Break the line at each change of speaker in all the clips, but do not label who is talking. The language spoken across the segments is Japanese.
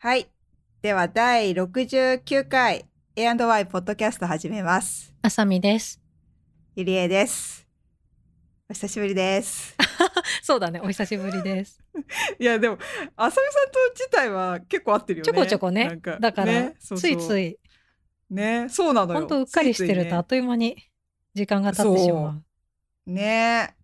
はい。では、第69回 A&Y ポッドキャスト始めます。
あさみです。
ゆりえです。お久しぶりです。
そうだね、お久しぶりです。
いや、でも、あさみさんと自体は結構合ってるよね。
ちょこちょこね
なんか
だから、
ねそうそう
ついつい、
ね、そうなのよ。
ほんとうっかりしてる
ついつ
と
い
あ
ね
っという間に時間が経ってしまう。
ね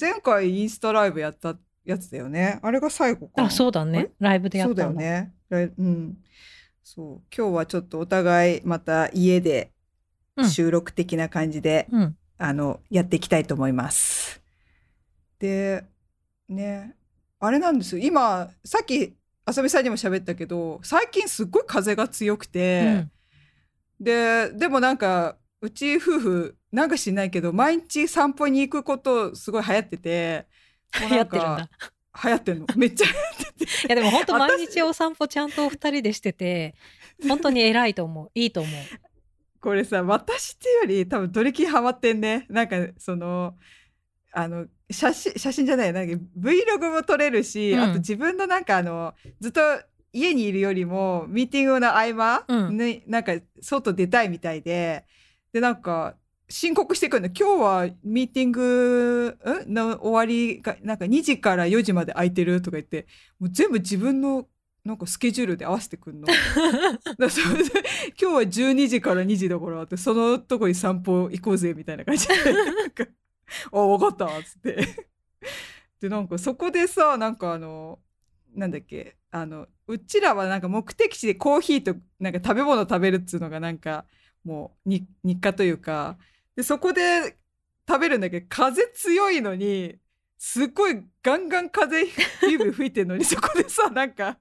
前回インスタライブやったやつだよね。あれが最後かな。
あ、そうだ
あ
ね
れ。
ライブでや
そ
っ
うだ
た
よ
んだ。
ね。来うん。そう。今日はちょっとお互いまた家で
うん
収録的な感じで、
うん。
あの、やっていきたいと思います。で、ね、あれなんですよ。今、さっき、あさみさんにも喋ったけど、最近すっごい風が強く
う
て、
ん。
で、でもなんか、うち夫婦、なんか知んないけど、毎日散歩に行くことすごい流行ってて、もう
や
な
ってるんだ
か。 流行ってんの。めっちゃ
いやでも本当毎日お散歩ちゃんとお二人でしてて、本当に偉いと思う。いいと思う。
これさ私っていうより多分ドリキンハマってんねなんかそのあの写真写真じゃないなんか Vlog も撮れるし、
うん
あと自分のなんかあのずっと家にいるよりもミーティングの合間、
うん
ね、なんか外出たいみたいででなんか申告してくるの今日はミーティングんの終わりがなんか2時から4時まで空いてるとか言ってもう全部自分のなんかスケジュールで合わせてく んの。だそう今日は12時から2時だからってそのとこに散歩行こうぜみたいな感じでなんか「あ分かった」っつってでなんかそこでさなんかあのなんだっけあのうちらはなんか目的地でコーヒーとなんか食べ物食べるっつうのがなんかもうに日課というかでそこで食べるんだけど風強いのにすっごいガンガン風ビュービュー吹いてんのにそこでさなんか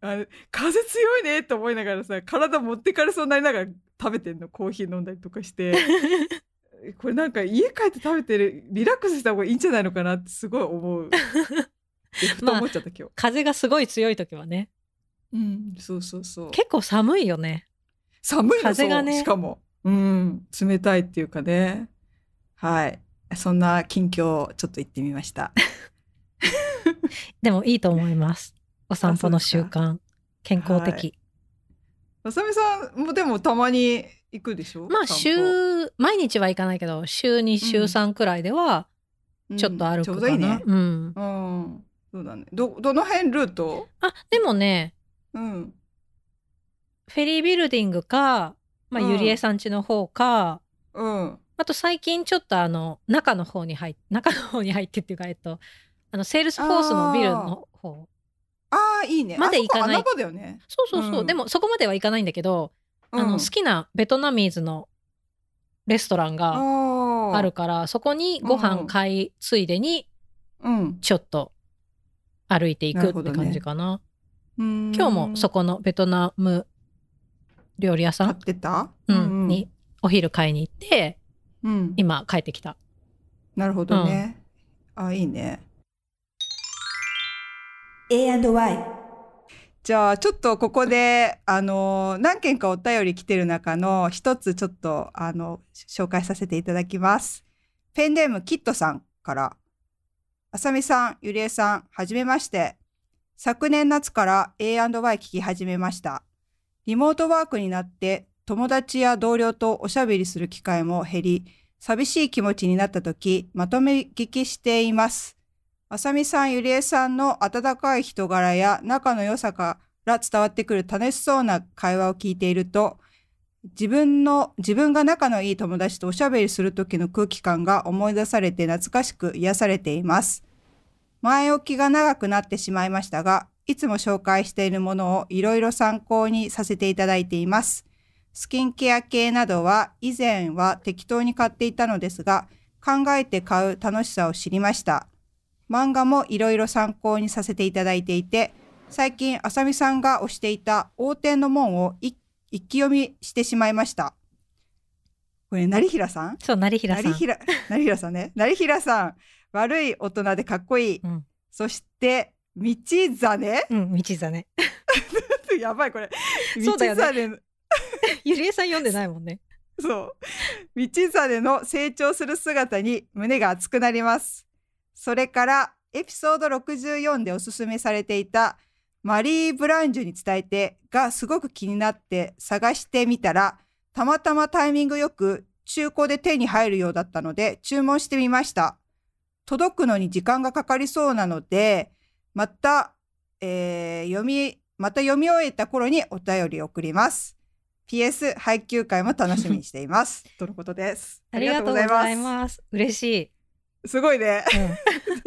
あの風強いねと思いながらさ体持ってかれそうになりながら食べてんのコーヒー飲んだりとかしてこれなんか家帰って食べてるリラックスした方がいいんじゃないのかなってすごい思うってふと思っちゃった今日、
風がすごい強い時はね、
うんそうそうそう
結構寒いよね。
寒いの
風がね
そうしかもうん冷たいっていうかねはいそんな近況をちょっと行ってみま した
でもいいと思います。お散歩の習慣。健康的。
はいあさみさんもでもたまに行くでしょ
まあ
散歩
週、毎日は行かないけど、週2、週3くらいでは、ちょっと歩
うん、
くかな、
ちょうどいいね
うん。
うんそうだねどどの辺ルート
あ、でもね、
うん
フェリービルディングか、まあ、
うん
ゆりえさん家の方か、
うん
あと最近ちょっとあの、中の方に入っ、中の方に入ってっていうか、えっと、あの、セールスフォースのビルの方。
ああいいね
まだ行かない
あそこ穴場だよね、
そうそうそう。
うん
でも、そこまでは行かないんだけど、
うん、
あの、好きなベトナミーズのレストランが
あ
あるから、そこにご飯買いついでに、
うん
ちょっと歩いてい
な
く
る
っ
ほ
て
どね
感じかな。
今
今日もそこのベトナム料理屋さ
買っ
ん、
てた
うんにお昼買いに行って、
うん
今帰ってきた。
なるほどね。あ、いいね。
A&Y
じゃあ、ちょっとここで、あの、何件かお便り来てる中の一つちょっと、あの、紹介させていただきます。ペンネームキットさんから、あさみさん、ゆりえさん、はじめまして。昨年夏から A&Y 聞き始めました。リモートワークになって、友達や同僚とおしゃべりする機会も減り、寂しい気持ちになった時、まとめ聞きしています。あさみさん、ゆりえさんの温かい人柄や仲の良さから伝わってくる楽しそうな会話を聞いていると、自分の、自分が仲のいい友達とおしゃべりする時の空気感が思い出されて懐かしく癒されています。前置きが長くなってしまいましたが、いつも紹介しているものをいろいろ参考にさせていただいています。スキンケア系などは以前は適当に買っていたのですが、考えて買う楽しさを知りました。漫画もいろいろ参考にさせていただいていて、最近、あさみさんが推していた王天の門をい一気読みしてしまいました。これ、成平さん
そう、成平さん。
成平、成平さん ね。成平さん、悪い大人でかっこいい。
うん
そして、道真
うん、道真ね。
やばい、これ。
そ
道
うだよね
真の
ゆりえさん読んでないもんね。
そう。道真の成長する姿に胸が熱くなります。それからエピソード64でおすすめされていたマリー・ブランジュに伝えてがすごく気になって探してみたらたまたまタイミングよく中古で手に入るようだったので注文してみました届くのに時間がかかりそうなのでまた、えー読みまた読み終えた頃にお便り送ります PS 配給会も楽しみにしています とのことです
ありがとうございます。嬉しい。
すすごいね
うん
だ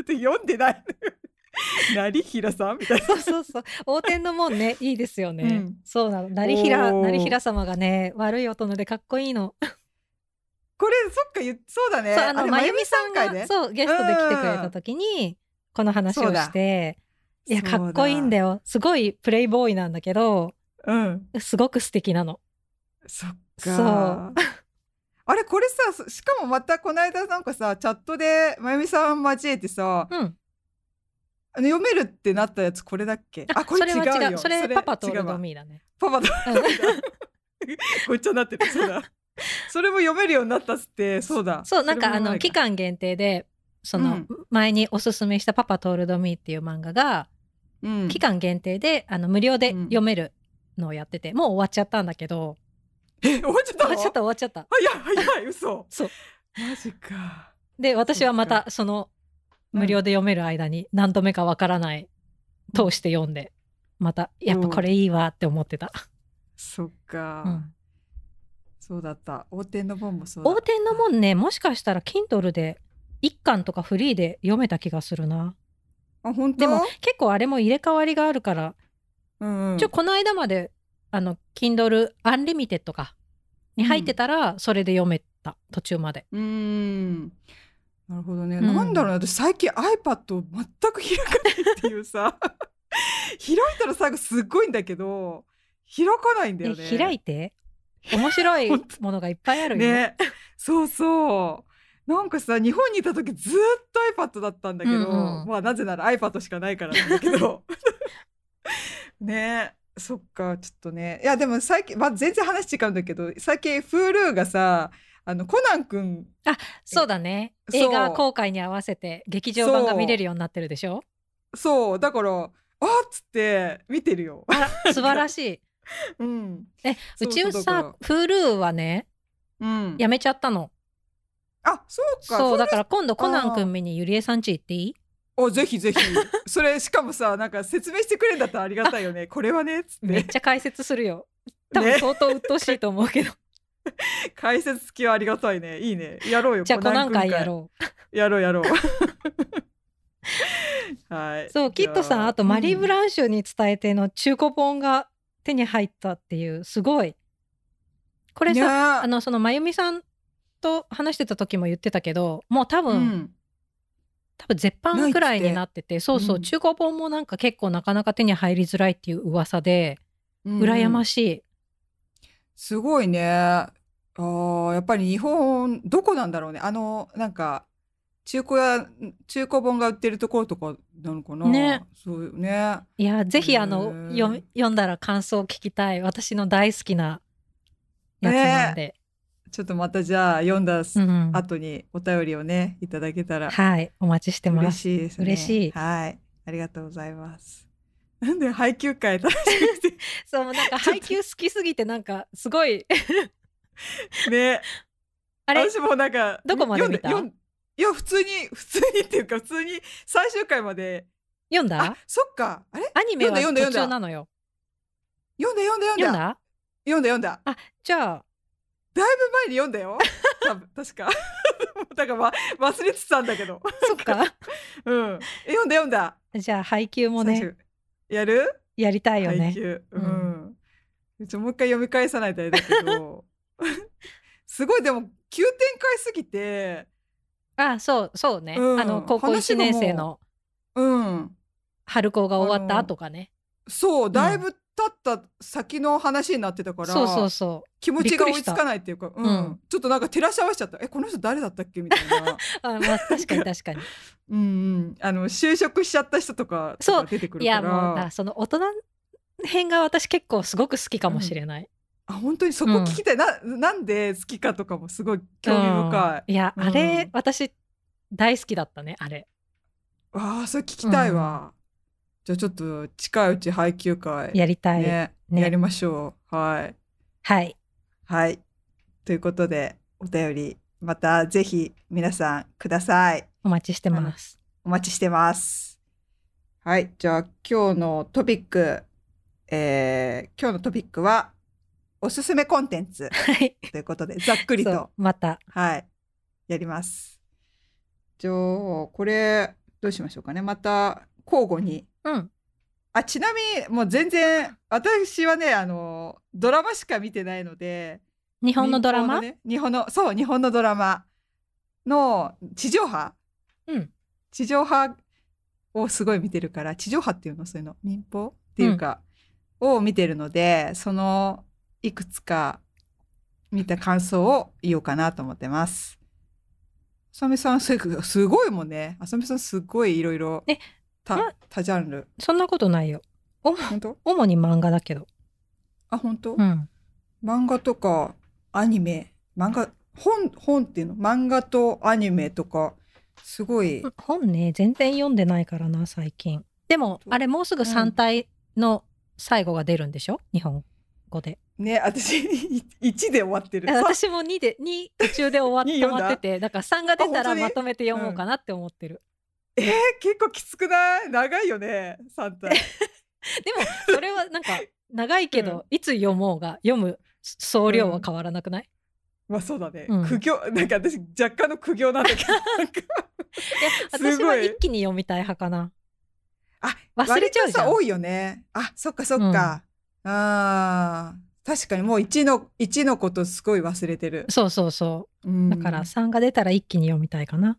って読んでない のよ。成平さんみたいな。
そうそうそう。横天の門 ね、いいですよね。
うん
そうなの。成平、
おー
成平様がね、悪い大人でかっこいいの。
これそっか言っそうだね。
そう、あの、
れ
まゆみさん
まゆみ回
が、
ね
そう、ゲストで来てくれた時に、この話
そ
を
うだ
して、いや、
そうだ
かっこいいんだよ。すごいプレイボーイなんだけど、
うん。
すごく素敵なの。
そっか。あれこれさそしかもまたこの間なんかさチャットでまゆみさん交えてさ、
うん。
あの読めるってなったやつこれだっけ？あこれ違
それは
う
違う。
よ。
それ、パパとオ
違う
ル
わ
ドミーだね。
パパと
うん
ごっちゃになってる。そう だ。それも読めるようになったっつってそうだ。
そう、なんかあ
それも
の、
前
期間限定で、その、
うん
前におすすめした「パパとオールドミー」っていう漫画が、
うん
期間限定であの無料で読めるのをやってて、もう終わっちゃったんだけど
え終わっちゃったの？
終わっちゃった終わっちゃった
早い早い嘘。
そう。
マジか。
で私はま
そった
その無料で読める間に何度目かわからない通して読んでまたやっぱこれいいわって思ってた
そっか、
うん
そうだった。横転の本もそうだっ
横
た。
天の門ねもしかしたら Kindle で1巻とかフリーで読めた気がするな
あ本当。
でも、結構あれも入れ替わりがあるから、
うんうん、
ちょこの間まであの Kindle Unlimited かに入ってたらそれで読めた、途中まで
うーん。なるほどね。
うん
なんだろうな。私最近 iPad を全く開かないっていうさ。 開いたら最後すっごいんだけど開かないんだよね。
え開いて面白いものがいっぱいあるよ、
ね。そうそう。なんかさ日本にいた時ずっと iPad だったんだけど、
うんうん
まあなぜなら iPad しかないからなんだけ どねそっかちょっとねいやでも最近、まあ、全然話違うんだけど最近 Hulu がさあのコナンくん
そうだね
そう
映画公開に合わせて劇場版が見れるようになってるでしょ
そうだからあっつって見てる よ。
あら素晴らしい
うん、
え
そうう
ち
そうだ
さ Hulu はね
うん、
やめちゃったの
あそうか
そうだ
Hulu
から今度コナン君見にゆりえさんち行っていい
おぜひぜひそれしかもさなんか説明してくれんだったらありがたいよねこれはねっつって。
めっちゃ解説するよ多分
ね
相当鬱陶しいと思うけど、
解説付きはありがたいね。いいね。やろうよ。
じゃあコナン会や
う。
ろう
やろうや ろう。はい。
そうキッドさんあとマリー・ブランシュに伝えての中古本が手に入ったっていうすごいこ
こ
れさ
さ
あのそのまゆみさんと話してた時も言ってたけどもう多
う
分、
ん、
多分絶版くらいになっててそうそう、
うん
中古本もなんか結構なかなか手に入りづらいっていう噂で、羨ま
い。
しい
すごいね。あーやっぱり日本どこなんだろうね。あのなんか中古屋中古本が売ってるところとかなのかな。
ね。
そうよね。
いやぜひあ
う
の
ん
読み読んだら感想を聞きたい私の大好きなやつなんで、
ちょっとまたじゃあ読んだす
うん
後にお便りをねいただけたら
はいお待ちしてま
嬉
す
しいですね。
嬉しい
はい。ありがとうございます。 なんで配給会楽しみにして
そうもうなんか配給好きすぎてなんかすごい
ね、
あれ
私もなんか
どこまで見た
読んで読んいや普通に 普通にっていうか普通に最終回まで
読ん
あ
だ
そっかあれ
アニメは
読んだ読
途
んだ読んだ
中なのよ
読んだ読んだ読ん
読ん
だ
だ
読んだ読んだ
あじゃあ
だいぶ前に読んだ よ多分確か だから、ま、忘れてたんだけど
そっか
うんえ読んだ読んだ
じゃあ配給も
最
ね
終やる
やりたいよ
配
ね
給う
うん
ん、 ちょもう一回読み返さないとあれだけど すごいでも急展開すぎて
あそうそうね、
うん
あの高校
話
1
がもう
年生の
うん
春高が終わった後かね
そうだいぶ経った先の話になってたから、
そうそうそう
気持ちが追いつかないっていうか、うん
うん
ちょっとなんか照らし合わせちゃったえこの人誰だったっけみたい な
あ、 まあ、確かに確かに
うん、うん、あの就職しちゃった人とかと
そう
か出てく
い
るか
やもうだかららその大人編が私結構すごく好きかもしれない、
あ本当にそこ聞きたい、ななんで好きかとかもすごい興味深い、
いや、あ
う
れ
ん
私大好きだったねあれ
ああ、それ聞きたいわ。じゃあちょっと近いうち配給会、
やりたい。
ね
ね
やりましょう。はい。
はい。
はい。ということで、お便り、またぜひ皆さんください。
お待ちしてます。
お待ちしてます。はい。じゃあ、今日のトピック、えー今日のトピックは、おすすめコンテン ツ
はい。
ということで、ざっくり
そ
と
う、また。
はい。やります。じゃあ、これ、どうしましょうかね。また、交互に。
うん。
あ、ちなみに、もう全然、私はね、あの、ドラマしか見てないので、
日本のドラ
民
マ、
放のね日本のそう日本のドラマの地上波
うん。
地上波をすごい見てるから地上波っていうのそういうの民放っていうか、を見てるのでそのいくつか見た感想を言おうかなと思ってます。あさみさんすごいすごいもんね。あさみさんすごいいろいろ
えま
た多ジャンル。
そんなことないよ。お
本当？
主に漫画だけど。
あ本当？
うん。
漫画とかアニメ漫画本本っていうの漫画とアニメとかすごい、
本ね、全然読んでないからな、最近。でも、あれ、もうすぐ3体の最後が出るんでしょ日本語で。
ね私1で終わってるさ
私も2で、2途中で終わっ
に
て
読
終
んだ
わっ てて、だから3が出た
あ本当
ら
に
まとめて読もうかなって思ってる。
えー結構きつくない長いよね3体
でも、それはなんか、長いけど、いつ読もうが、読む総量は変わらなくない、
まあそうだね、
うん
苦行なんか私若干の苦行なんだけどなんか
いや、
す
私
ご
はい一気に読みたい派かな。
あ、
忘れちゃう
割
じ
とさ
ゃん。
多いよねあそっかそっか、あー確かにもう1の1のことすごい忘れてる、
そうそうそうう。
ん
だから3が出たら一気に読みたいかな。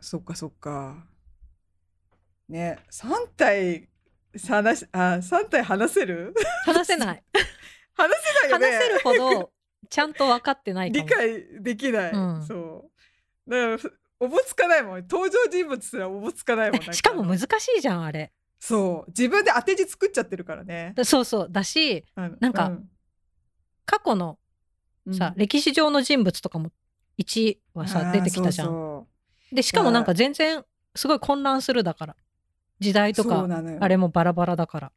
そっかそっか。ね、三体話しあ三体 話せる？
話せない。
話せないよね。
話せるほど、ちゃんと分かってないか
理
も。
解できない。
うん
そう。だからおぼつかないもん。登場人物すらおぼつかないもん。なん
しかも難しいじゃん、あれ。
そう自分で当て字作っちゃってるからね。
そうそう。だし、
な
なんか過去のさ、歴史上の人物とかも1はさ、出てきたじゃん。
ん
で、しかもなんか全然、すごい混乱するだから。時代
あー。そう
と
そうそう
か、
なのよ
あれもバラバラだから。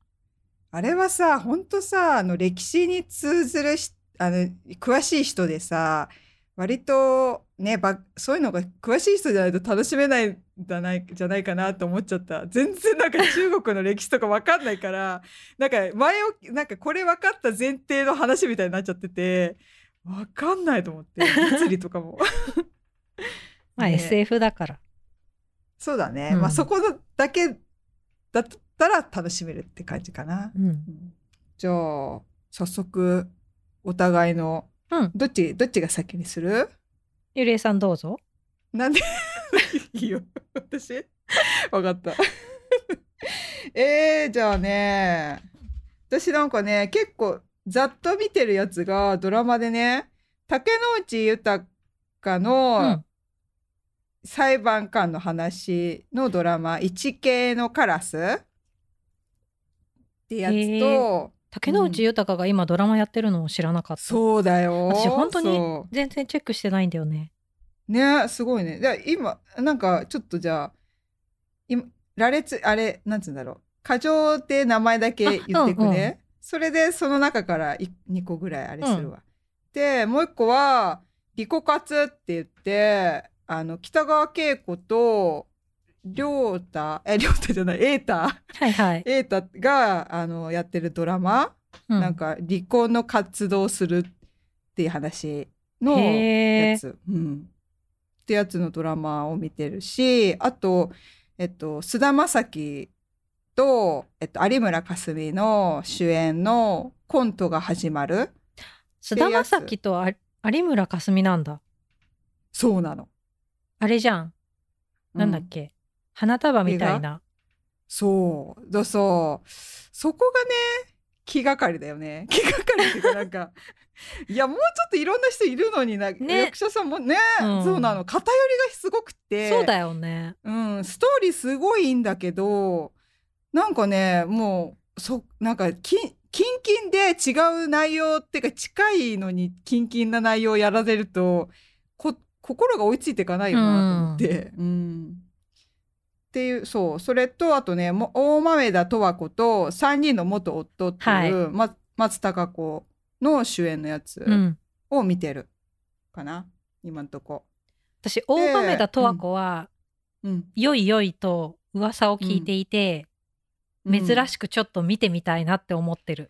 あれはさ、ほんとさ、あの歴史に通ずるし、あの、詳しい人でさ、割とね、ば、そういうのが詳しい人じゃないと楽しめないんだない、じゃないかなと思っちゃった。全然なんか中国の歴史とかわかんないから、なんか前を、なんかこれ分かった前提の話みたいになっちゃってて、わかんないと思って、物理とかも。
まあ、
ね
SF だから。
そうだね。
うん
まあそこだけだったら楽しめるって感じかな。
うん。
じゃあ早速お互いの、
うん
どっちどっちが先にする
ゆりえさんどうぞ。
なんで いいよ私わかった えー、じゃあね私なんかね結構ざっと見てるやつがドラマでね竹野内豊の。裁判官の話のドラマ「一系のカラス」ってやつ
へ
と、
竹野内豊が今ドラマやってるのを知らなかった。
そうだよ
私本当に
そう
全然チェックしてないんだよね。
ねすごいね。で今なんかちょっとじゃあ今羅列あれなんつうんだろう過剰で名前だけ言っていくね。
あうんうん
それでその中からい2個ぐらいあれするわ。でもう1個は「リコカツ」って言ってあの北川景子と亮太え亮太じゃない瑛太
はいはい。
瑛太があのやってるドラマ、
うん
なんか離婚の活動するっていう話の。
へ
や
え。
つ、うん、ってやつのドラマを見てるしあとえっと菅田将暉と、えっと、有村架純の主演の「コントが始まる
菅田将暉とあ有村架純なんだ。」
そうなの。
あれじゃん。なんだ
う
っけ。花束みたいな。
そうだそうそこがね気がかりだよね 気がかりっていうかなんか いやもうちょっといろんな人いるのにな、
ね
役者さんもね、
うん
そうなの偏りがすごくて
そうだよね。
うん、ストーリーすごいいいんだけど、なんかね、もう、そ、なんか、キン、キンキンで違う内容っていうか近いのにキンキンな内容をやられると、こ、心が追いついていかないよなと思って、うん。っていうそうそれとあとねも大豆田十和子と3人の元夫っていう、ま松たか子の主演のやつ
うん、
を見てるかな、今んとこ。
私大豆田十和子は、
うん、
よいよいと噂を聞いていて、珍しくちょっと見てみたいなって思ってる、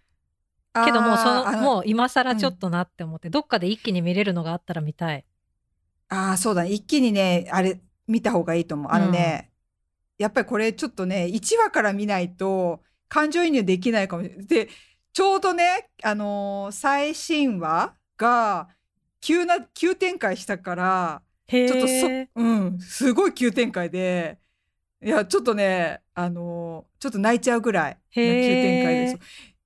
く
けどもうその
う
もう今更ちょっとなって思って、どっかで一気に見れるのがあったら見たい
ああそうだね一気にねあれ見た方がいいと思うあのね、やっぱりこれちょっとね1話から見ないと感情移入できないかもしれないでちょうどねあのー最新話が急な急展開したから
へ
ちょっとそ
え
うんすごい急展開でいやちょっとねあのーちょっと泣いちゃうぐらいの急
へー
展開です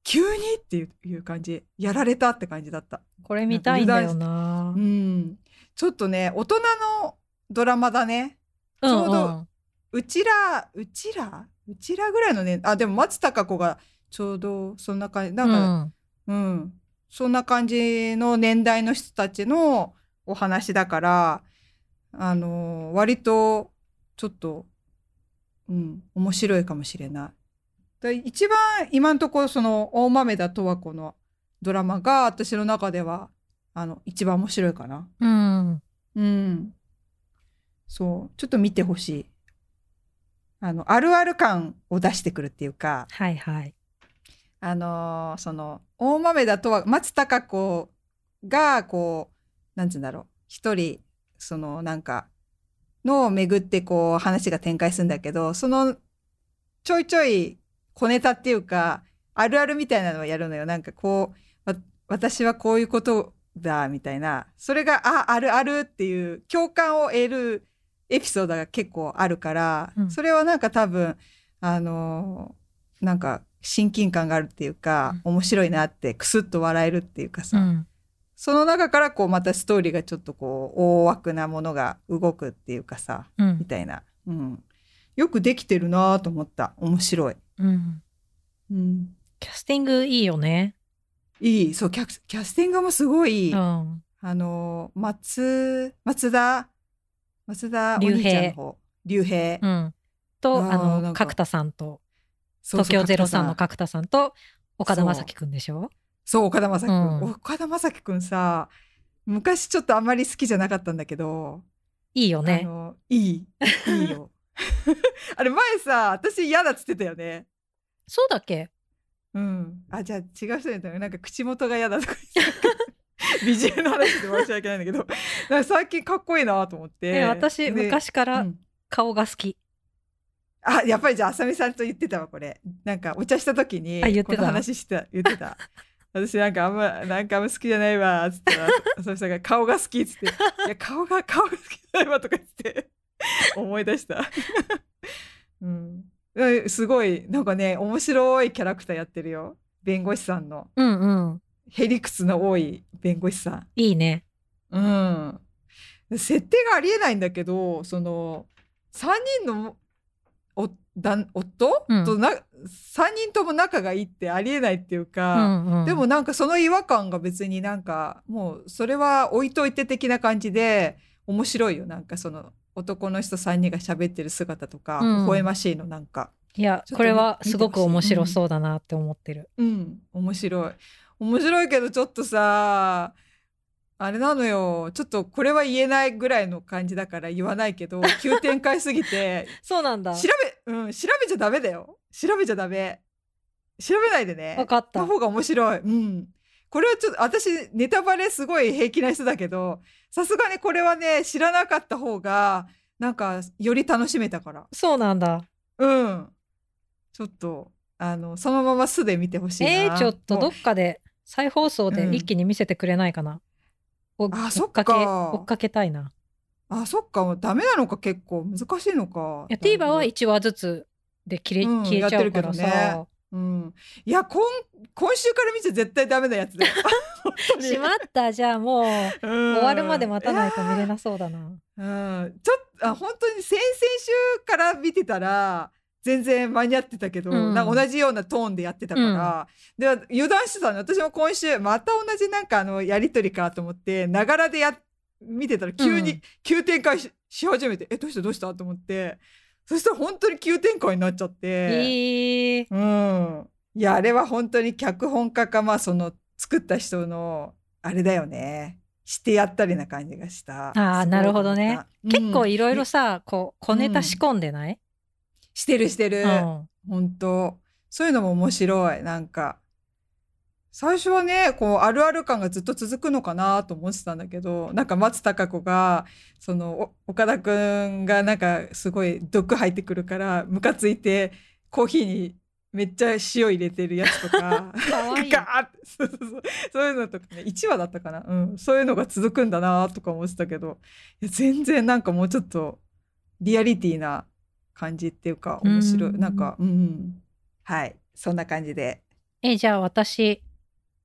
急にっていういう感じやられたって感じだった
これ見たいんだよな
うんちょっとね大人のドラマだね
うん
ちょうどうちら、うちら、うちらぐらいのね、あ、でも松たか子がちょうどそんな感じ、
う
なんん
う
か、
ん
うん、そんな感じの年代の人たちのお話だから、あのー割とちょっと、うん、面白いかもしれない。で一番今のところその大豆田十和子のドラマが私の中ではあの一番面白いかな。
うん
うん。そう。ちょっと見てほしい。あの、あるある感を出してくるっていうか、
はいはい
あのーその、大豆だとは、松たか子が、こう、なんつうんだろう、一人、その、なんか、のを巡って、こう、話が展開するんだけど、その、ちょいちょい、小ネタっていうか、あるあるみたいなのをやるのよ。なんかこう、わ私はこういうことだ、みたいな。それが、あ、あるあるっていう、共感を得るエピソードが結構あるから、
うん
それはなんか多分、あのーなんか、親近感があるっていうか、面白いなって、クスッと笑えるっていうか
う
さ、
ん
その中からこう、またストーリーがちょっとこう、大枠なものが動くっていうかさ、
う
み
ん
たいな。うん。よくできてるなと思った。面白い。
うん
うん。
キャスティングいいよね
いい、そう、キャスキャスティングもすごいいい、
うん
あの、松、松田、松田お
竜兵
兄ちゃんの方、竜兵。
うんと
あー
あ
なん
の
か
角田さんと
そう
東
そう
京ゼロさんの
角田さん
角田さんと岡田
そう
将生くんでしょ
そう、岡田将生くん。
うん
岡田将生くんさ、昔ちょっとあんまり好きじゃなかったんだけど、
いいよ
あ
ね
の、いい、いい よ。あれ前さ、私嫌だっつってたよね。
そうだっけ
うん。あ、じゃあ違う人になんか口元が嫌だとか言ってたけどビジュアルの話で申し訳ないんだけど、 なんか最近かっこいいなと思って。
え私
で
昔か
う
ら
ん
顔が好き
あ、やっぱりじゃあ、あさみさんと言ってたわ、これ。なんか、お茶した時に、
あ言ってた
この話してた、言ってた。私なんかあんま、なんかあんま好きじゃないわ、つったら、あさみさんが顔が好き、 つって、いや、顔が、顔が好きじゃないわ、とか言って、思い出した。うん。えすごい、なんかね、面白いキャラクターやってるよ。弁護士さんの。
うんうん
へりくつの多い弁護士さん。
いいね
うん。設定がありえないんだけど、その、3人のおだん夫、
うん
とな、3人とも仲がいいってありえないっていう
う
か、
んうん
でもなんかその違和感が別になんか、もうそれは置いといて的な感じで、面白いよ。なんかその、男の人3人が喋ってる姿とか、
うん
微笑ましいの、なんか。
いや
ちょっと
これは
見
すご
見てほしい
く面白そうだなって思ってる
うん、面白い。面白いけど、ちょっとさ、あれなのよ。ちょっとこれは言えないぐらいの感じだから言わないけ ど、急展開すぎて、
そうなんだ
調べ、うん、調べちゃダメだよ。調べちゃダメ。調べないでね。
わかっ
の
た
方が面白い。うん。これはちょっと、私、ネタバレすごい平気な人だけど、さすがにこれはね、知らなかった方が、なんか、より楽しめたから。
そうなんだ
うん。ちょっと、あの、そのまま素で見てほしいな。
えー、ちょっと
も
ど
う
っかで再放送で
うん
一気に見せてくれないかな、お
あ
追
そ
っ
っ
か
か
け追っかけたいな
あ、そっか、もうダメなのか、結構難しいのか。
いや TVer は
だい
1話ずつで切れ、
うん
消えちゃうから
やってるけ
さ、
ぶうん。いや、今、今週から見ちゃ絶対ダメなやつ だよ。本当に
しまったじゃあも
う
う
ん
終わるまで待たないと見れ
い
なそうだな
やうん。ちょっと、あ、本当に先々週から見てたら。全然間に合ってたけど、
うん
なんか同じようなトーンでやってたから、で油断してたの私も今週また同じなんかあのやりとりかと思ってながらでや見てたら急に、
うん
急展開しし始めてえどうしたどうしたと思ってそしたら本当に急展開になっちゃって、
えー、
うんいやあれは本当に脚本家かまあその作った人のあれだよねしてやったりな感じがしたあ
ーなるほどね、
すごい思った
結構
うん
いろいろさ、こう小ネタ仕込んでない、
してるしてる、
うん
本当そういうのも面白いなんか最初はねこうあるある感がずっと続くのかなと思ってたんだけどなんか松たか子がそのお岡田くんがなんかすごい毒入ってくるからムカついてコーヒーにめっちゃ塩入れてるやつとか
かわいい
ガーってそうそうそうそういうのとかね1話だったかな、うん、そういうのが続くんだなとか思ってたけどいや全然なんかもうちょっとリアリティな感じっていうか
うん
面白いなんかうんうんはいそんな感じで
えじゃあ私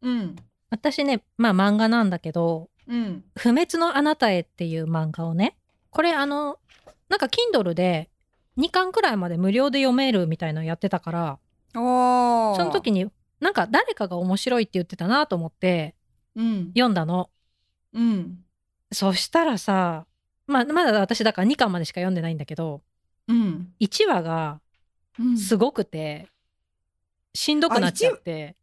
うん
私ねまあ漫画なんだけど
うん
「不滅のあなたへ」っていう漫画をねこれあのなんか Kindle で2巻くらいまで無料で読めるみたいなのやってたから
おー
その時になんか誰かが面白いって言ってたなと思って
うん
読んだの
うん
そしたらさまあまだ私だから2巻までしか読んでないんだけど
うん
1話が
うん
すごくて、しんどくなっちゃって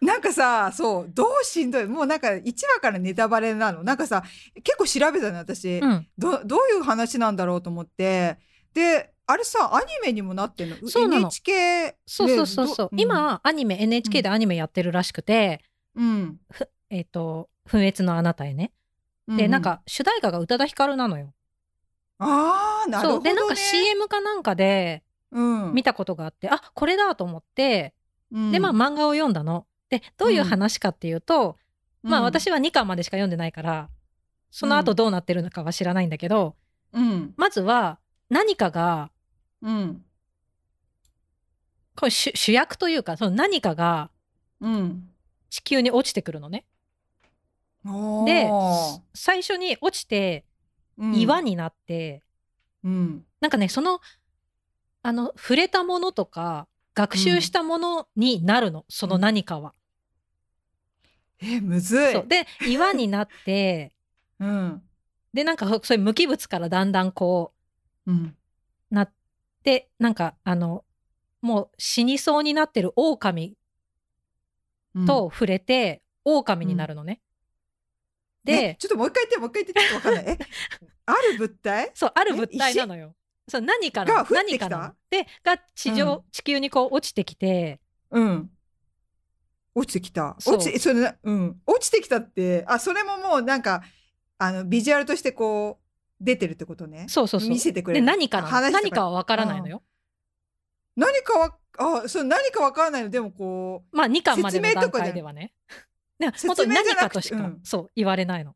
なんかさそうどうしんどいもうなんか1話からネタバレなのなんかさ結構調べたの私、
うん
どどういう話なんだろうと思ってであれさアニメにもなってんの
そうなの
NHK
そうそうそうそう、
でど
今アニメ NHK でアニメやってるらしくて、
うん、
えっ、と「不滅のあなたへね」
うん
でなんか主題歌が宇多田ヒカルなのよ。
ああなるほど、
そう
ね、
でなんか CM かなんかで
うん
見たことがあって、あこれだと思ってでまあ漫画を読んだの。でどういう話かっていうと、まあ私は2巻までしか読んでないからその後どうなってるのかは知らないんだけど、
うん
まずは何かが
うん
これ主主役というかその何かが
うん
地球に落ちてくるのね。
おー
で最初に落ちて
うん
岩になって、
うん
なんかねそのあの触れたものとか学習したものになるの、その何かは。
えむずい
そうで岩になって
うん
でなんかほそういう無機物からだんだんこ
うん
うなってなんかあのもう死にそうになってる狼
うん
と触れて、狼になるのね。
え
で
ちょっともう一回言ってもう一回言ってちょっとわかんないえある物体
そうあ
え
る物体
石
なのよ。そう何から
が降って
何
きた
かなのでが地上、
う
地球にこう落ちてきて
うん落ちてきた
そう
落ちそれなうん落ちてきたってあそれももうなんかあのビジュアルとしてこう出てるってことね
そうそうそう
見せてくれ
で
る
何かなの
話と
何かは分からないのよ。
何かわあそう何かわからないのでもこ
まあ2巻までの
説明と
段
かじゃ
階ではね。ね本当に
説明じ
何
ゃな
か
くて
としか、
うん
そう言われないの。
う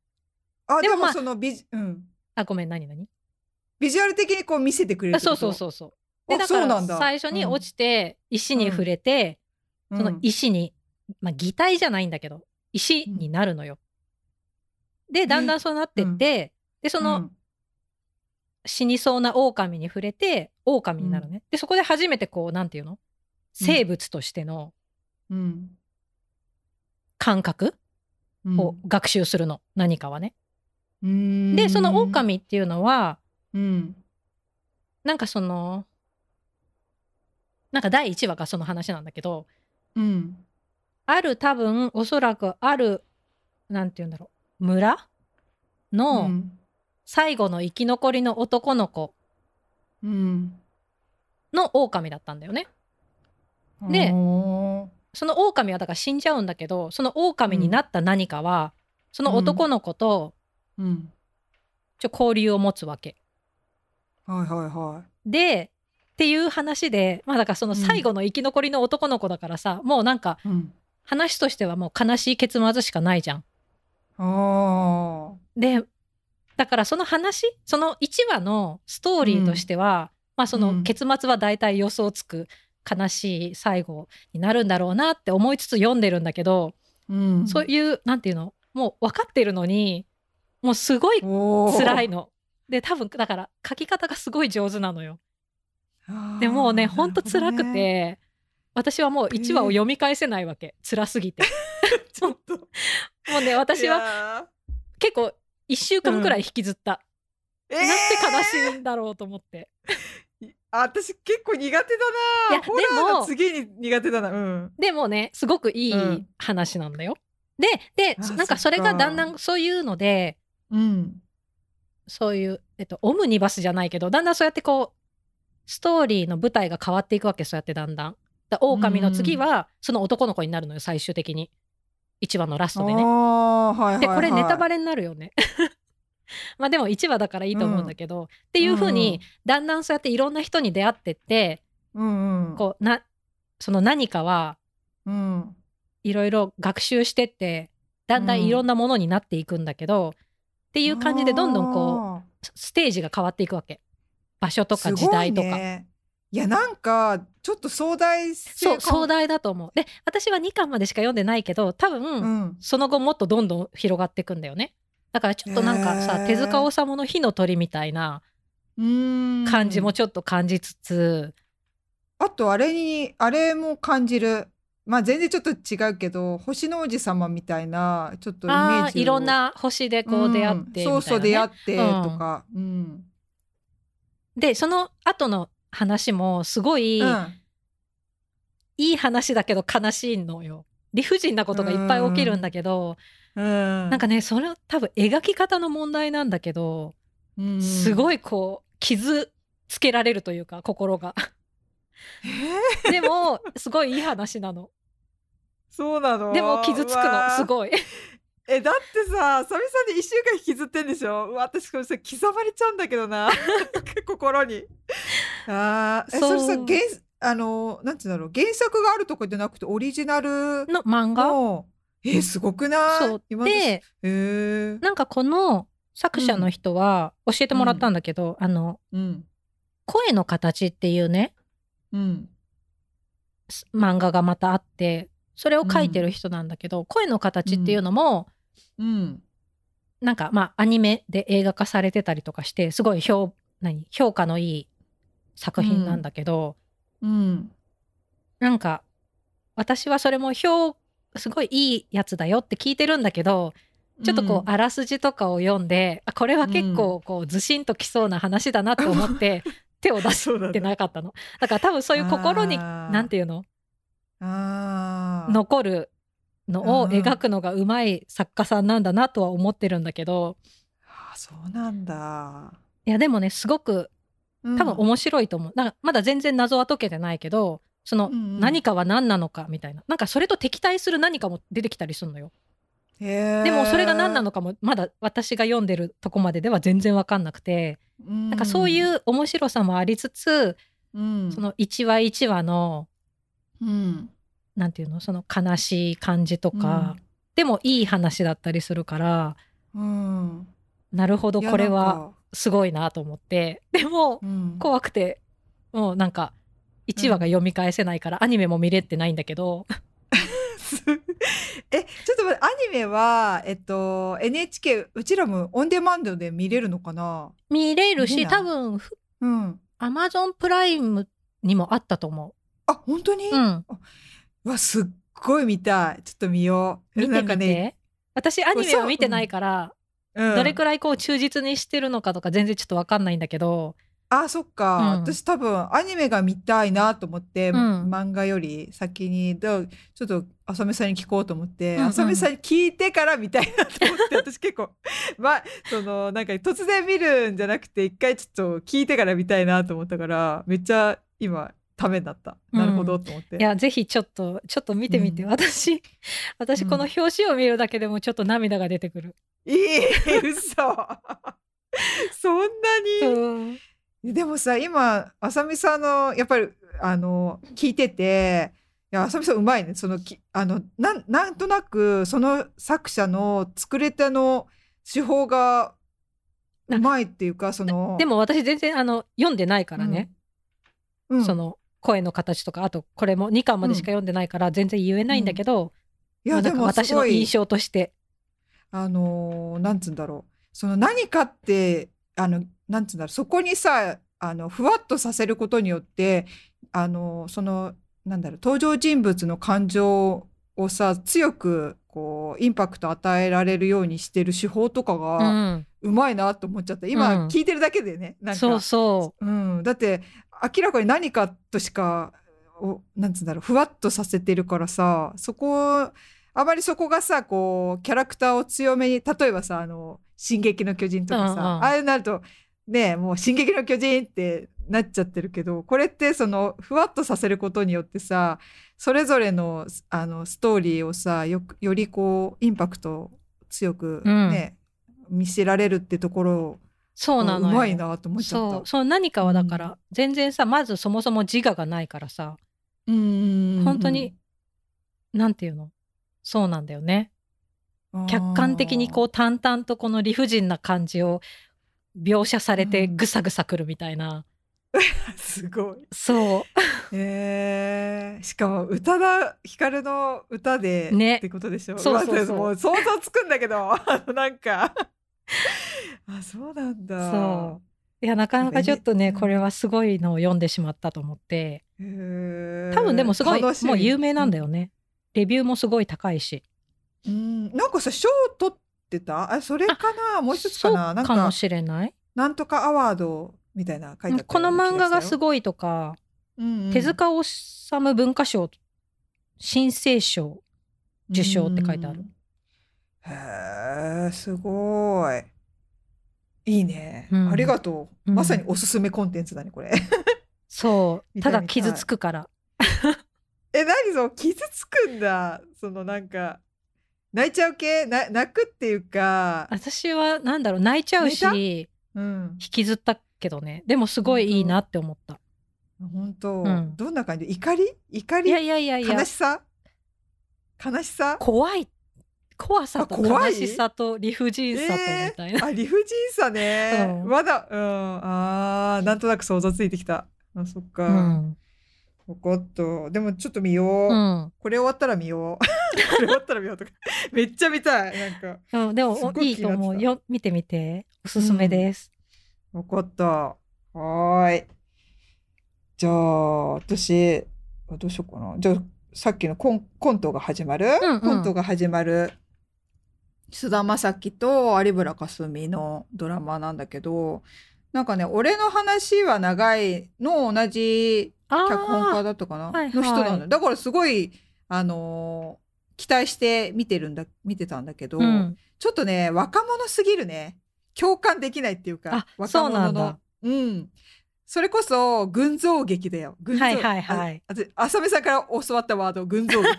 あで
で
も
もまあ
そのビジ,、うん、
あごめん何何
ビジュアル的にこう見せてくれる
あそうそう
う
そうそう。
あ
でだ
そ
か
うなん
ら
だ
最初に落ちて石に触れて、
そ
その石に、まあ擬態じゃないんだけど石になるのよ。でだんだんそうなってっ
う
て、
ん
でその、死にそうな狼に触れて狼になるね。でそこで初めてこうなんていうの生物としての
うん
感覚
うん
を学習するの、何かはね。
うん
でその狼っていうのは、
うん
なんかそのなんか第1話がその話なんだけど
うん
ある多分おそらくあるなんて言うんだろう村
う
の
ん
最後の生き残りの男の子
うん
の狼だったんだよね。で
おー
その狼はだから死んじゃうんだけどその狼になった何かは、その男の子と
うん
ちょ交流を持つわけ。
はいはいは
でっていう話でまあだからその最後の生き残りの男の子だからさ、もうなんか
いうん
話としてはもう悲しい結末しかないじゃん。
あ
でだからその話その1話のストーリーとしては、まあそうの
ん
結末は大体予想つく悲しい最後になるんだろうなって思いつつ読んでるんだけど、
ーうん
そういうなんていうのもう分かってるのにもうすごい
おー
辛いの。で多分だから書き方がすごい上手なのよ。でもうね
あー
ほんと辛く
な
て、
るほどね
私はもう1話を読み返せないわけ、辛すぎて。
ちょっと
もうね私は
は
結構1週間くらい引きずった。
えー
なんて悲しいんだろうと思って。
あ私結構苦手だ
いや
なホラー
で
の
も
次に苦手だなうん
でもねすごくい
うん
い話なんだよ。でで
あ
そなんか
そ
そ
っか
れがだんだんそういうので
うん
そういう、えっと、オムニバスじゃないけどだんだんそうやってこうストーリーの舞台が変わっていくわけそうやってだんだん。だ狼の次はその男の子になるのよ最終的に1話のラス
あ
トでね。
ーはいはい、はい、
でこれネタバ
レ
レになるよね。 まあでも1話だからいいと思うんだけど、っていう風にだんだんそうやっていろんな人に出会ってって
うんうん
こうなその何かは
うん
いろいろ学習してってだんだんいろんなものになっていくんだけど、っていう感じでどんどんこ
あー
うステージが変わっていくわけ場所とか時代と
す
か、
ごい,、ね、いやなんかちょっと壮大性
そう壮
大
大だと思うで私は2巻までしか読んでないけど多分、
うん
その後もっとどんどん広がっていくんだよねだからちょっとなんかさ、
へー
手塚治虫の火の鳥みたいな
うーん
感じもちょっと感じつつ、
あとあれにあれも感じるまあ全然ちょっと違うけど星の王子様みたいなちょっとイメ
あ
ー
あ
ジを
いろんな星でこう出会ってみたいな、ね
うんそうそう出会ってとかうん、
でその後の話もすごい、
うん
いい話だけど悲しいのよ。理不尽なことがいっぱい起きるんだけど、
うん
なんかねそれは多分描き方の問題なんだけど、
うん
すごいこう傷つけられるというか心 が
えー
でもすごいいい話なの
そうなの
でも傷つくのす
い
ごい
えだってさ久々に1週間引きずってんでしょうわ私これさ刻まれちゃうんだけど な心にあーえ
そ
そうれさ原あのなんて言うんだろう原作があるとかじゃなくてオリジナル
の漫画
のえーすごくない
そう
今の
で
へー
なんかこの作者の人は教えてもらったんだけど、あの
うん
声の形っていうね
うん
す漫画がまたあってそれを書いてる人なんだけど、声の形っていうのも、
うん
なんかまあアニメで映画化されてたりとかしてすごい評何評価のいい作品なんだけど、
うん
なんか私はそれも評すごいいいやつだよって聞いてるんだけどちょっとこうあらすじとかを読んで、あこれは結構こうずしんときそうな話だなと思 って手を出し
そうなん
て
だ
なかったのだから多分そういう心に
あー
なんていうの
あー
残るのを
うんうん
描くのがうまい作家さんなんだなとは思ってるんだけど
あーそうなんだ
いやでもねすごく多分
っ
面白いと思う、なんかまだ全然謎は解けてないけどその
うんうん
何かは何なのかみたいななんかそれと敵対する何かも出てきたりするのよでもそれが何なのかもまだ私が読んでるとこまででは全然分かんなくて
な、
なんかそういうう面白さもありつつ
うん
その一話一話の
うん
なんていうのその悲しい感じとか、でもいい話だったりするから
うんうん
なるほど
いや
これ
なん
は
か
すごいなと思ってでも
うん
怖くてもうなんか1話が読み返せないから、アニメも見れてないんだけど
えちょっと待ってアニメはえっと NHK うちらもオンデマンドで見れるのかな
見れる
見れ
し
ない
多分ふ
うん
Amazon プライムにもあったと思
あ本当に、
う。うん、
うわすっごい見たいちょっと見よう
見て
な
み
ん
て、
かね、
私アニメは見てないから、
うん、
どれくらいこう忠実にしてるのかとか全然ちょっと分かんないんだけど、
あそっか、
うん
私多分アニメが見たいなと思って、
うん
漫画より先にだからちょっと浅見さんに聞こうと思って、
うんうん
浅見さんに聞いてから見たいなと思 って私結構まあそのなんか突然見るんじゃなくて一回ちょっと聞いてから見たいなと思ったからめっちゃ今ためになった、
うん
なるほどと思って
いやぜひちょっとちょっと見てみて、
うん
私私この表紙を見るだけでもちょっと涙が出てくる。
いい嘘 そんなに、
うん
でもさ今あさみさんのやっぱりあの聞いてていやあさみさんうまいねそのきあのなんなんとなくその作者の作れ手の手法がうまいっていうかその
でも私全然あの読んでないからね、、
うんうん
その声の形とかあとこれも2巻までしか読んでないから全然言えないんだけど、
い
ま
や
あな
で
んか
もす
私の
ごい
印象として。
あのーなんつうんだろうその何かってあのなんつうんだろうそこにさあのふわっとさせることによってあのーそのなんだろう登場人物の感情をさ強くこうインパクト与えられるようにしてる手法とか
う
が
ん、
うまいなと思っちゃった
うん
今聞いてるだけでね、なんか
そうそう
うん、だって明らかに何かとしかおなんつうんだろうふわっとさせてるからさそこあまりそこがさこうキャラクターを強めに例えばさ「あの進撃の巨人」とかさ、
うんうん
ああいうなるとねもう「進撃の巨人」ってなっちゃってるけどこれってそのふわっとさせることによってさそれぞれのあのストーリーをさよくよりこうインパクトを強くね、見せられるってところ
そうなのよ
うまいなと思っちゃ
そ
っ
う
た。
そう何かはだから、全然さまずそもそも自我がないからさ
本
本当に、なんていうのそうなんだよね客観的にこう淡々とこの理不尽な感じを描写されて
うん
ぐさぐさくるみたいな、
う すごい。
そ
えー、しかも宇多田ヒカルの歌で、
ね
ってことでしょ
そうそうそう
わそれもう想像つくんだけど あのなんか あそうなんだ
そうういやなかなかちょっとね
うん
これはすごいのを読んでしまったと思って
へー
多分でもすごいも
楽しみ
う有名なんだよね、レビューもすごい高いし
うんなんかさ賞取ってたあそれかなもう一つかな
そ
な
うんかも
か
しれない
なんとかアワードみたいな書いてあった
この漫画がす
ご
ごいとか
い、うんうん
手塚治虫文化賞新生賞受賞って書いてある
うんへえすごいいいね、
うん
ありがとう、
うん
まさにおすすめコンテンツだねこれ
そう
見
た
たい
だ傷つくから
え何その傷つくんだそのなんか泣いちゃう系な泣くっていうか
私はなんだろう泣いちゃうし
うん
引きずったけどねでもすごいいいなって思った
本当、
うん
どんな感じ怒り怒
い
り
やいやいやいや
悲しさ悲しさ
怖い怖さ
あ
と
怖
悲
い
しさと理不尽さとみたいな、
あ理不尽さね、
うん
まだうんあーなんとなく想像ついてきたあそっか、分かったでもちょっと見よう、
うん、うん
これ終わったら見 ようこれ終わったら見ようとかめっちゃ見たいなんか
うん、で
すっ
も
ごい
いいと思
気に
う
な
よ見てみておすすめです、
分かったはーいじゃあ私あどうしようかなじゃあさっきのコンコントが始まる、
うんうん
コントが始まる菅田将暉と有村架純のドラマなんだけどなんかね「俺の話は長い」の同じ
あ
脚本家
あ
だったかな、
はいはい
の人なのよだからすごいあのー期待して見てるんだ見てたんだけど、
うん
ちょっとね若者すぎるね共感できないっていうか
あ
若者の
そうなんだ
うんそれこそ群像劇だよ群像
はいはいはい
ああ浅見さんから教わったワード群像劇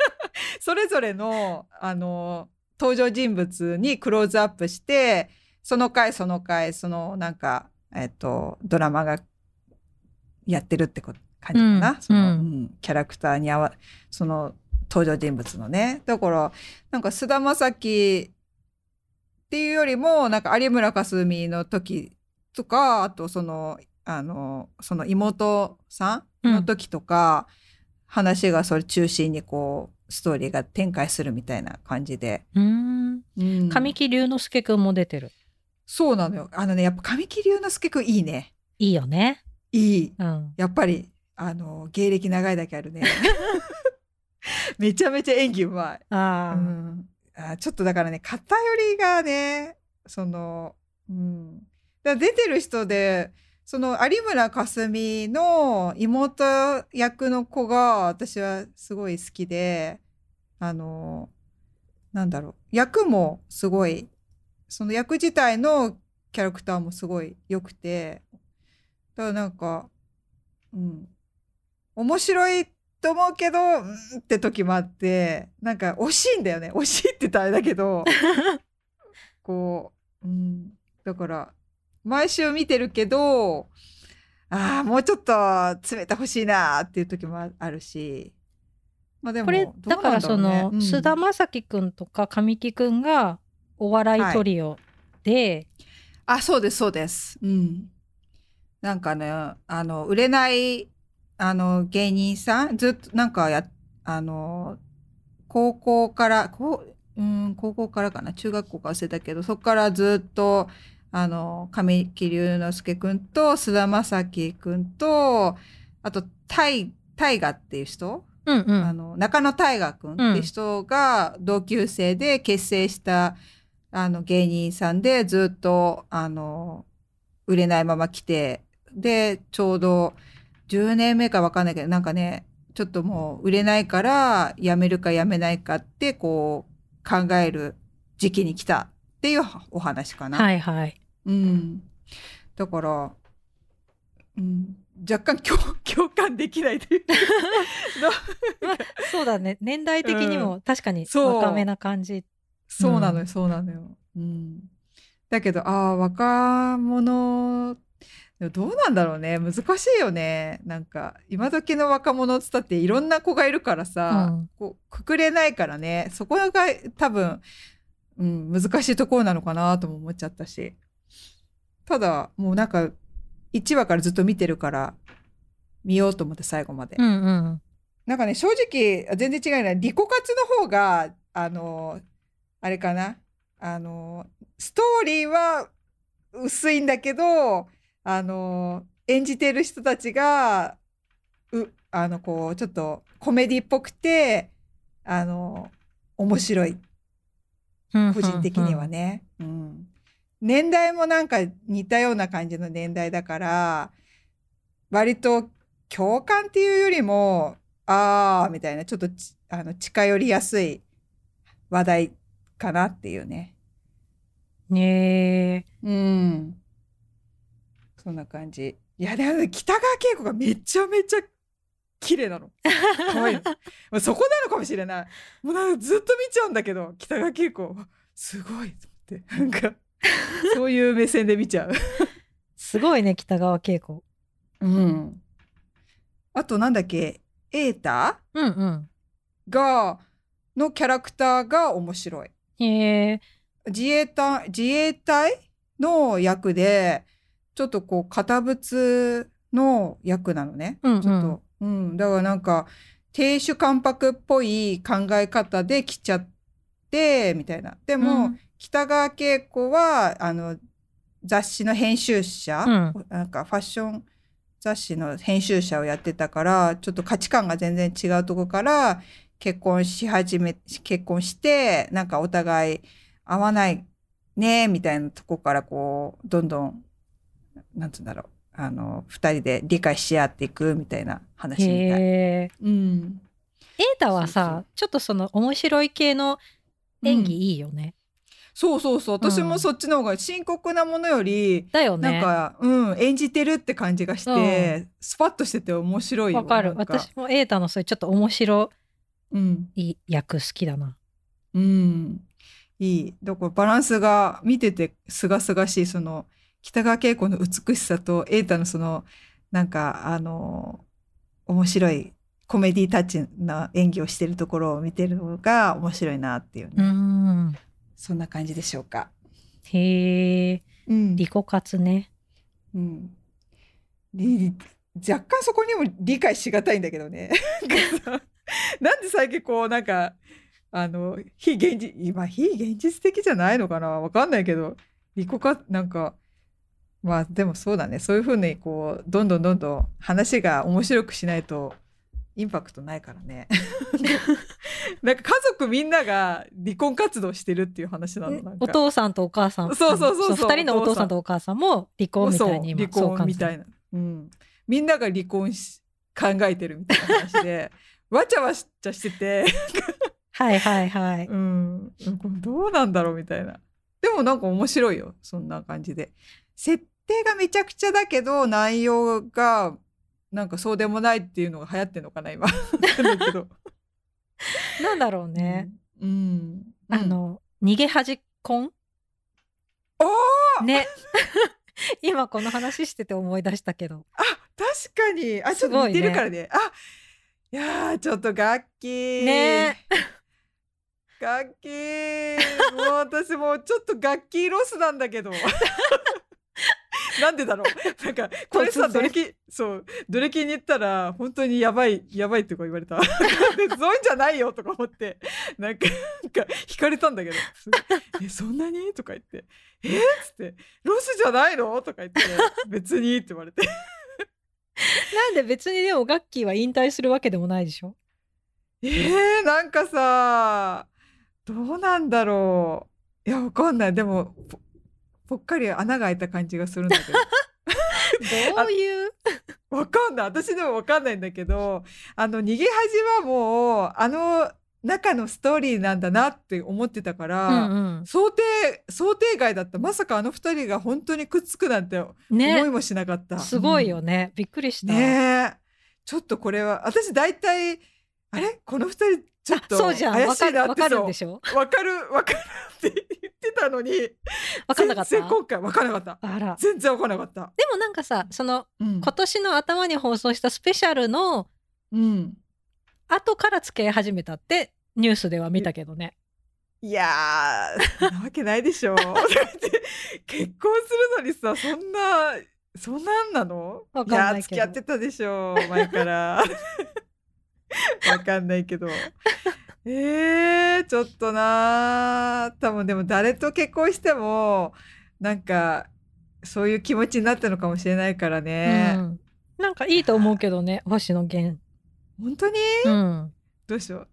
それぞれのあのー登場人物にクローズアップしてその回その回そのなんかえっとドラマがやってるってこ感じかな、
うん
その、
う
うんんキャラクターに合わその登場人物のねだからなんか菅田将暉っていうよりもなんか有村架純の時とかあとそのあのその妹さんの時とか、話がそれ中心にこうストーリーが展開するみたいな感じで、
うーん
うん
神木隆之介くんも出てる
そうなのよあのねやっぱ神木隆之介くんいいね
いいよね
いい
うん
やっぱりあの芸歴長いだけある ねめちゃめちゃ演技うまい
ああ、
うん、あちょっとだからね偏りがねその、うん、だから出てる人でその有村架純の妹役の子が私はすごい好きであのなんだろう役もすごいその役自体のキャラクターもすごい良くてだからなんか、うん、面白いと思うけど、うんって時もあって、なんか惜しいんだよね。惜しいって言ったらあれだけ ど、こう、うん、だから、毎週見てるけど、ああ、もうちょっと詰めてほしいなーっていう時もああるし、まあでも、
これ
どう
だ
なん
から
ろ
そう
ね
の
うん
菅、田将暉くんとか神木くんがお笑いトリオで、
あ、そうです、そうです。うん。なんかね、あの、売れない、あの、芸人さん、ずっと、なんかや、あの、高校から、こう、うん、高校からかな、中学校か忘れたけど、そこからずっと、あの、神木隆之介くんと、菅田将暉くんと、あと、タイ、タイガっていう人、
うんうん
あの中野大河君って人が同級生で結成した、あの芸人さんでずっとあの売れないまま来てでちょうど10年目か分かんないけどなんかねちょっともう売れないから辞めるか辞めないかってこう考える時期に来たっていうお話かな。
はいはい。
うん、だから、うん、若干共 共感できないというかの
そうだね。年代的にも確かに
そう
若めな感じ。
そうなのよ、そうなのよ。うん、だけどああ若者でもどうなんだろうね難しいよねなんか今時の若者っつったっていろんな子がいるからさ、
うん
こうくくれないからねそこが多分、うん、難しいところなのかなとも思っちゃったしただもうなんか1話からずっと見てるから見ようと思って最後まで。
うんうん。
なんかね正直全然違うなリコ活の方があのあれかなあのストーリーは薄いんだけどあの演じてる人たちがうあのこうちょっとコメディっぽくてあの面白い
うん
個人的には。ね、うん年代もなんか似たような感じの年代だから割と共感っていうよりもあーみたいなちょっとちあの近寄りやすい話題かなっていうね
ねえ。
うんそんな感じいやでも北川景子がめちゃめちゃ綺麗 なの可愛いのもうそこなのかもしれないもうなんかずっと見ちゃうんだけど北川景子わすごいと思ってなん かそういう目線で見ちゃう
すごいね、北川景子。
うんあとなんだっけエータ
うんうん。
がのキャラクターが面白い
へえ。
自衛隊自衛隊の役でちょっとこう堅物の役なのね、
うんうん
ちょっと、うん、だからなんか亭主関白っぽい考え方で来ちゃってみたいなでも、
うん
北川景子はあの雑誌の編集者、
う
なんかファッション雑誌の編集者をやってたからちょっと価値観が全然違うとこから結婚し始め結婚してなんかお互い合わないねみたいなとこからこうどんどんなんつうんだろうあの2人で理解し合っていくみたいな話みたい。
へえ。
うん、
エータは
そうそ
さ
う、
ちょっとその面白い系の演技いいよね。
そうそうそう私もそっちの方が深刻なものより、
だよね。
なんか、うん、演じてるって感じがして、スパッとしてて面白いよ
わかる
なん
私も瑛太のそういうちょっと面白
うん、
い役好きだな
うん、いいだからバランスが見ててすがすがしいその北川景子の美しさと瑛太のそのなんかあの面白いコメディタッチな演技をしてるところを見てるのが面白いなっていうね、
ん
そんな感じでしょうか。
へえ
うん
利己活ね
うん、り若干そこにも理解しがたいんだけどねなんかさなんで最近こうなんかあの非現実今非現実的じゃないのかなわかんないけど利己かなんかまあでもそうだねそういうふうにこうどんどんどんどん話が面白くしないとインパクトないからねなんか家族みんなが離婚活動してるっていう話なのなんか
お父さんとお母さん
そうそうそうそう
あのの二人のお父さんとお母さんも離婚みたいに今
そう離婚みた
い
いな、うん、みんなが離婚し考えてるみたいな話 でわちゃわちゃしてて、
はいはいはい
うん、これどうなんだろうみたいなでもなんか面白いよそんな感じで設定がめちゃくちゃだけど内容がなんかそうでもないっていうのが流行ってんのかな 今わかんないけど
なんだろうね、
うん、うん
あの逃げ恥婚
おー
ね 今この話してて思い出したけ ど
あ確かにあちょっ
すご
と
い
似
ね
てるからねあいやーちょっと楽器
ね
楽器もう私もうちょっと楽器ロスなんだけ どなんでだろうなんかこれ
突
さ
然
ドレキそうドレキに言ったら本当にやばいやばいとか言われた そういうんじゃないよとか思ってなんかなんか惹かれたんだけどすごいえそんなにとか言ってえっつってロスじゃないのとか言って別にって言われて
なんで別にでもガッキーは引退するわけでもないでしょ
えー、なんかさどうなんだろ ういやわかんないでもぽぽっかり穴が開いた感じがするんだけど
どういう
わかんない。私でもわかんないんだけど、あの、逃げ恥はもう、あの中のストーリーなんだなって思ってたから、
うん
想定、想定外だった。まさかあの二人が本当にくっつくなんて思
うんね
いもしなかった。
すごいよね、びっくりした、
ねえ。ちょっとこれは、私大体、あれこの二人、ちょっ
あ
と
そう
怪し
じ
い
ゃん
な
わ
って
かるわかるんで
そ
しょ
うわかる、わかるって言ってたのに、
わかんなかった
全然今回わからなかった。
あらで
全然わからなかった。
もなんかさその
うん
今年の頭に放送したスペシャルの
うん。
後から付き合い始めたってニュースでは見たけどね
いやー、そんなわけないでしょ。だ って結婚するのにさ、そんな、そんなんなの
わかんな
や
いけど
ー、付き合ってたでしょ、前から。 わかんないけど。えー、ちょっとなー。多分でも誰と結婚しても、なんか、そういう気持ちになったのかもしれないから
う
ね。
ん、なんかいいと思うけどね星野源
本当に
うん
どうしよう。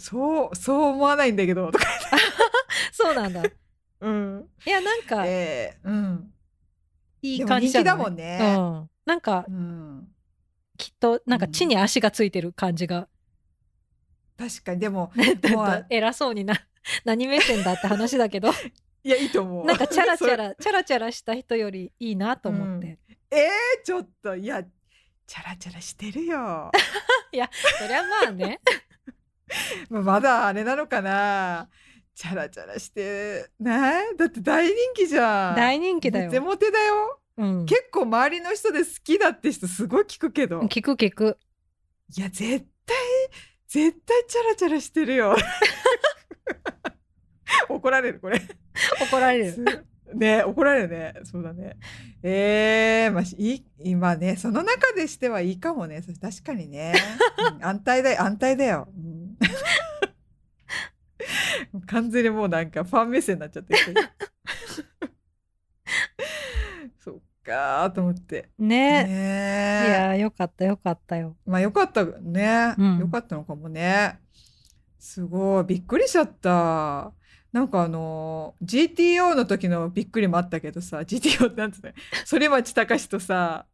そう、そう思わないんだけど、とか。
そうなんだい
うん。
やなんかい
えー、うん。
い感じじゃ
で
ない
も人気だもんね。
うん、なんか
うん、
きっとなんか地に足がついてる感じが、
確かにで も
だ
もう
偉そうにな 何目線だって話だ けど
いやいいと思う
なんかチャラチャ
それ
ラチャラチャラした人よりいいなと思って、
うえー、ちょっといやチャラチャラしてるよ
そりゃまあね
まあまだあれなのかなチャラチャラしてないだって大人気じゃん
大人気だよ
モテ、モテだよ、
うん、
結構周りの人で好きだって人すごい聞くけど
聞く聞 く
いや絶対絶対チャラチャラしてるよ 怒られるこれ
怒られる
すね怒られるねそうだねえー、まあしいい今ねその中でしてはいいかもねそ確かにね、 うん安泰だよ安泰だよ、うん 完全にもうなんかファン目線になっちゃってるけ どそっかーと思って
ねい
ね
やーよかったよかっ たよ
まあよかったね、
うん
よかったのかもねすごいびっくりしちゃったなんかあの GTO の時のびっくりもあったけどさ GTO ってなんつうの反町隆史とさ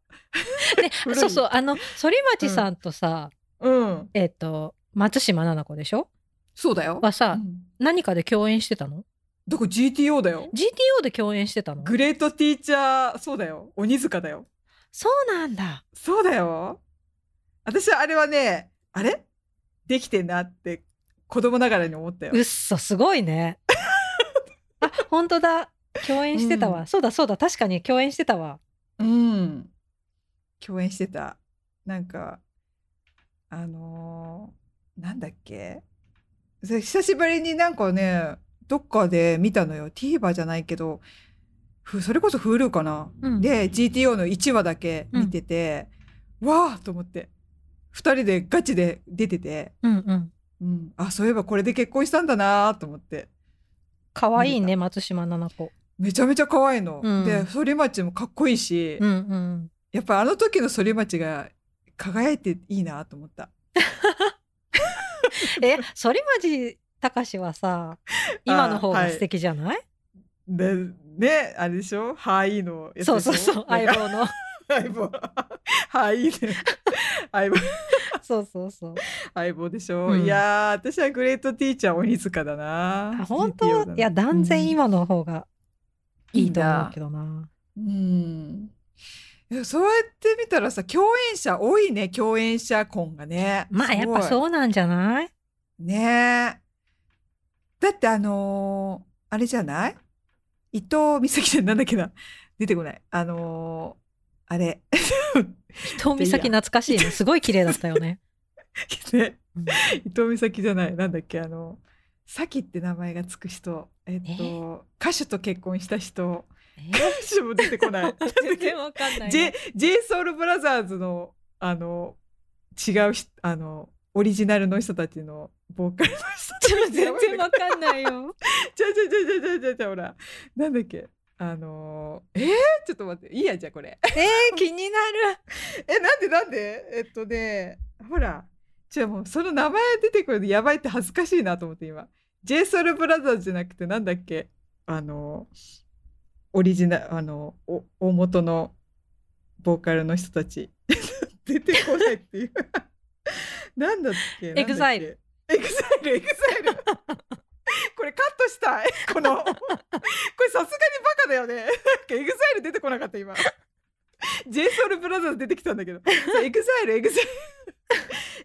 で
古い
そうそうあの反町さんとさ、
うん
えっ、と松島菜々子でしょ
そうだよ
はさ、
うん
何かで共演してたの
どこ GTO だよ
?GTO で共演してたの
グレートティーチャーそうだよ鬼塚だよ
そうなんだ
そうだよ私はあれはねあれできてんなって子供ながらに思ったよ
うっそすご いねあ本当だ共演してたわ、
うん
そうだそうだ確かに共演してたわ
うん。共演してた。なんか、あのーなんだっけそれ久しぶりになんかね、どっかで見たのよ。TVer じゃないけど、ふそれこそ Hulu かな。
うん
で、GTO の1話だけ見てて、わーと思って。二人でガチで出てて、
うんうん
うん、あ、そういえばこれで結婚したんだなーと思って。
可愛いね松島菜々子
めちゃめちゃ可愛いの。
うん
で、反町もかっこいいし、
うんうん
やっぱあの時の反町が輝いていいなと思った。
え反町隆史はさ今の方が素敵じゃない、
で、ね、あれでしょはいいのやつでし
そ
ょ
うそうそう
なん
相
か
棒の
相棒。はいいね。相棒、
そうそうそう
相棒でしょ、
うん
いやー、私はグレートティーチャー鬼塚だな
あ。本
GTO だ
当
ない
や断然、今の方がいいと思うけどな、
うん。うんいやそうやって見たらさ共演者多いね共演者婚がね
まあやっぱ
う
そうなんじゃない
ねえ。だってあのーあれじゃない伊藤美咲ちゃんなんだっけな出てこない。あのーあれ。
遠見先懐かしいねすごい綺麗だったよね、
ね
うん
伊藤美咲じゃない。なんだっけあの、さきって名前がつく人。えっと、歌手と結婚した人。
え
歌手も出てこ ない。なんだっ
全
け
然わかんない
J、ソ b r o t h e r s の、あの、違うひ、あの、オリジナルの人たちのボーカルの人たち
ちょ 全然わかんないよ
ちゃうちゃうちゃうちゃうちゃうちゃうほらなんだっけあのー、えー、ちょっと待っていいやじゃあこれ
えー、気になる
えなんでなんでえっとねほらじゃあもうその名前出てくるのやばいって恥ずかしいなと思って今 j s o u l b r o t h e r じゃなくてなんだっけあのー、オリジナルあのーお大元のボーカルの人たち 出てこないっていうなんだっけ
EXILE
エグザイルエグザイルこれカットしたいこのこれさすがにバカだよねなん かエグザイル出てこなかった今 j ソ u l b r o t h 出てきたんだけどエグザイルエグ ザイ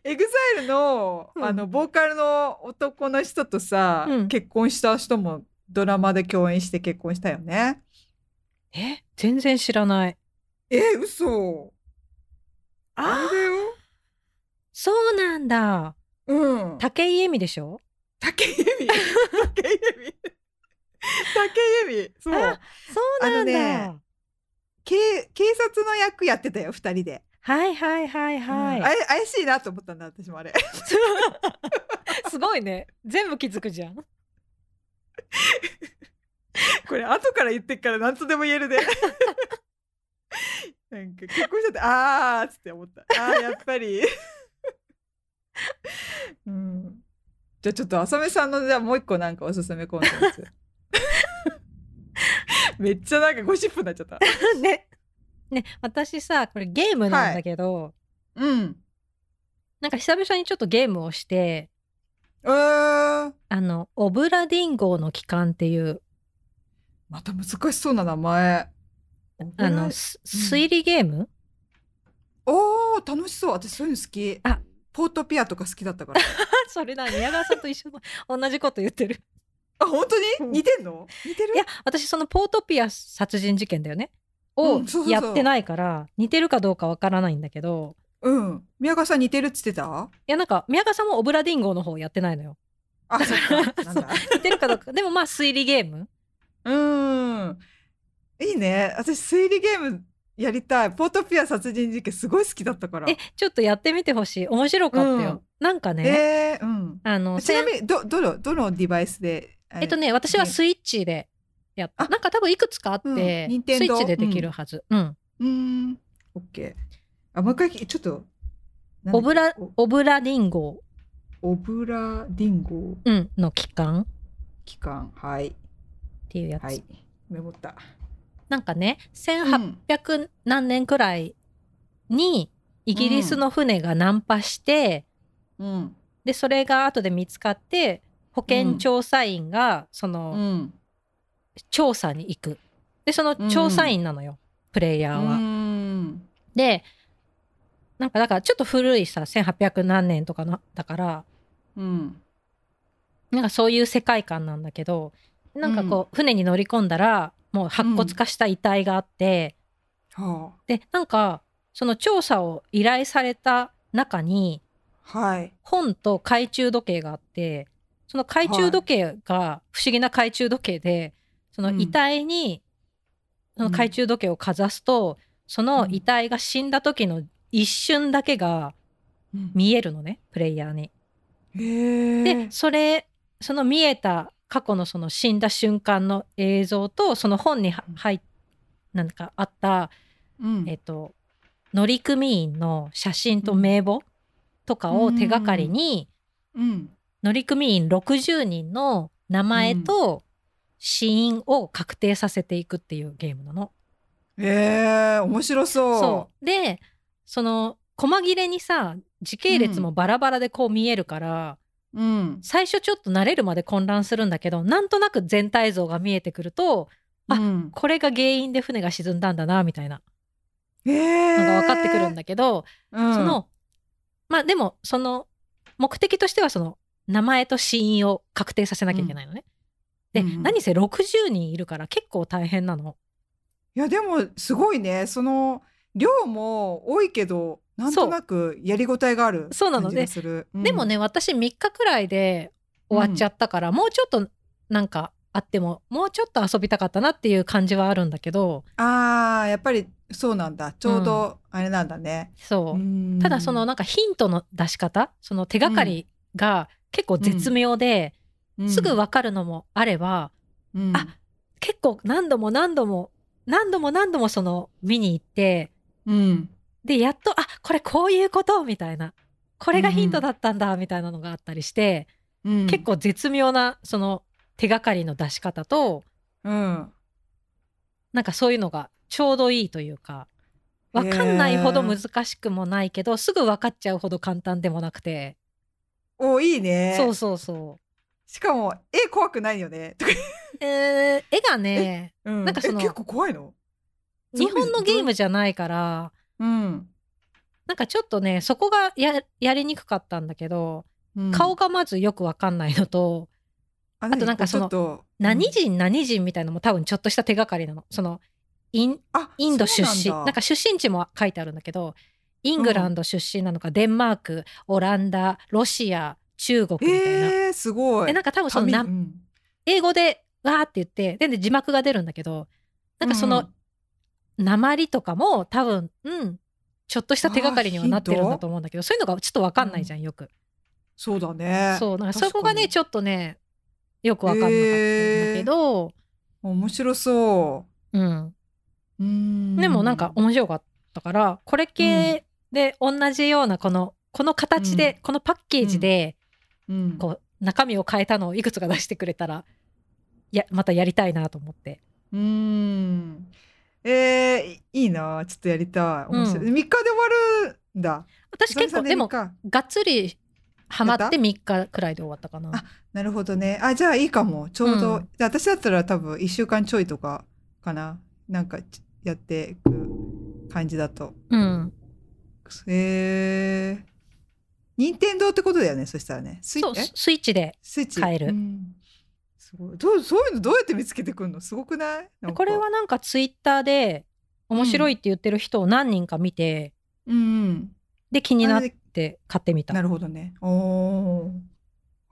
ルエグザイルの、
うん
あのボーカルの男の人とさ、
うん
結婚した人もドラマで共演して結婚したよね
え全然知らない
え嘘あれだよ
そうなんだ
うん
竹井絵美でしょ
竹井絵美竹井絵美竹井絵美そう
あそうなんだ、
あの警警察の役やってたよ二人で、
はいはいはいはい、
うんあや怪しいなと思ったんだ私もあれ
すごいね全部気づくじゃん
これ後から言ってっから何とでも言える でなんか結婚しちゃってあーっつって思ったあーやっぱり うんじゃあちょっと浅めさんのじゃあもう一個なんかおすすめコンテンツ めっちゃなんかゴシップになっちゃった
ねね私さこれゲームなんだけど、
うん
なんか久々にちょっとゲームをして
えー、
あのオブラディン号の帰還っていう
また難しそうな名前
あの、す推理ゲーム、
おー楽しそう私そういうの好き
あ
ポートピアとか好きだったから
それな宮川さんと一緒の 同じこと言ってる
あ本当
うん
に似てんの似てる
いや私そのポートピア殺人事件だよね
う
を
んそうそうそう
やってないから似てるかどうかわからないんだけど
うん宮川さん似てるっつってた
いやなんか宮川さんもオブラディンゴの方やってないのよ
あ そっかなんだ
似てるかどうかでもまあ推理ゲ ーム
うーんいいね私推理ゲームやりたいポートピア殺人事件すごい好きだったから
えちょっとやってみてほしい面白かったよ、なんかね、
えーうん
あの
ちな
せん
みにどどのどのデバイスで
えっと
ね
ね私はスイッチでやった
あ
なんか多分いくつかあって、
うん
スイ
任天堂
ッチでできるはず、うん
うーん OK あもう一回ちょっとなんだっけ
オブラ
お
オブラディンゴ、
オブラディンゴ
うん、の帰還っ
期間はい
ていうやつ、
はいメモった
なんかね
う
1800
ん
800何年くらいにイギリスの船が難破して、
うん
でそれが後で見つかって保健調査員がその、
うん
調査に行くでその調査員なのよ、プレイヤー
う
は。
ん
でなんかだからちょっと古いさ1800何年とかなだから
うん
なんかそういう世界観なんだけどなんかこう、船に乗り込んだらもう白骨化した遺体があって、
は
でなんかその調査を依頼された中に
あはい
本と懐中時計があってその懐中時計が不思議な懐中時計でその遺体にその懐中時計をかざすと、その遺体が死んだ時の一瞬だけが見えるのねプレイヤーに。
へえ
でそれその見えた過去のその死んだ瞬間の映像とその本には入っなんかあった、
うん
えっと、乗組員の写真と名簿とかを手がかりに、
うん
乗組員60人の名前と死因を確定させていくっていうゲームなの。
へえ面白そう
そうでその細切れにさ時系列もバラバラでこう見えるから、
ううん
最初ちょっと慣れるまで混乱するんだけどなんとなく全体像が見えてくるとあ
うん
これが原因で船が沈んだんだなみたいな
へえ
のが分かってくるんだけど、
うん
そのまあでもその目的としてはその名前と死因を確定させなきゃいけないのね。で、
うんうん
何せ60人いるから結構大変なの。
いやでもすごいねその量も多いけどなんとなくやりごたえがある
そうな
感
の
じがするうん
でもね私3日くらいで終わっちゃったから、もうちょっとなんかあってももうちょっと遊びたかったなっていう感じはあるんだけど
あーやっぱりそうなんだちょうどあれなんだね
そう、
うん
ただそのなんかヒントの出し方その手がかりが結構絶妙
う
で、
ん
すぐ分かるのもあれば、
うん
あ結構何度も何度も何度も何度もその見に行って
うん
でやっとあこれこういうことみたいなこれがヒントだったんだみたいなのがあったりして、
うん
結構絶妙なその手がかりの出し方と
うん
なんかそういうのがちょうどいいというか分かんないほど難しくもないけど、すぐ分かっちゃうほど簡単でもなくて、
おいいね
そうそうそ
しかも絵怖くないよねとか、
う、えー絵がね
うん
なんかその
え結構怖いの
日本のゲームじゃないから
うん、
なんかちょっとねそこがややりにくかったんだけど、
うん
顔がまずよく分かんないのと
あ
となんかその何人何人みたいなのも多分ちょっとした手がかりなのそのイン
あ
インド出
そ
身
う
なん
だ
か出身地も書いてあるんだけどイングランド出身なのか、デンマークオランダロシア中国みたいな。
えー、すごい
でなんか多分そのな
紙うん
英語でわーって言ってでで字幕が出るんだけどなんかそ
うん
の鉛とかも多分うんちょっとした手がかりにはなってるんだと思うんだけどそういうのがちょっと分かんないじゃんよく、
そうだね
そうなん
確
か
かに
そこがねちょっとねよく分かんなかったんだけど、
面白そ
うん、
ううん
でもなんか面白かったからこれ系で同じようなこのこの形で、
うん
このパッケージで
うん
こう中身を変えたのをいくつか出してくれたらやまたやりたいなと思って
うーん。えー、いいなあちょっとやりたい。面白い。3
う
日で終わるんだ。
私
久
結
々
構で
三
も
日
がっつりハマ
や
っ
ってた
3日くらいで終わったかな
あなるほどね。あ、じゃあいいかも。ちょうど。
うん
で私だったら多分1週間ちょいとかかな。なんかちやっていく感じだと。
うん
えー。任天堂ってことだよね。そしたらね。スイ
そう
ッチ
ススイッチで
スイッチ。
買える
うんすごいどうそういうのどうやって見つけてくるのすごくないなんか
これはなんかツイッターで面白いって言ってる人を何人か見て、
うんうん。
で気になっ
あれで
て買ってみた
なるほどね。おー。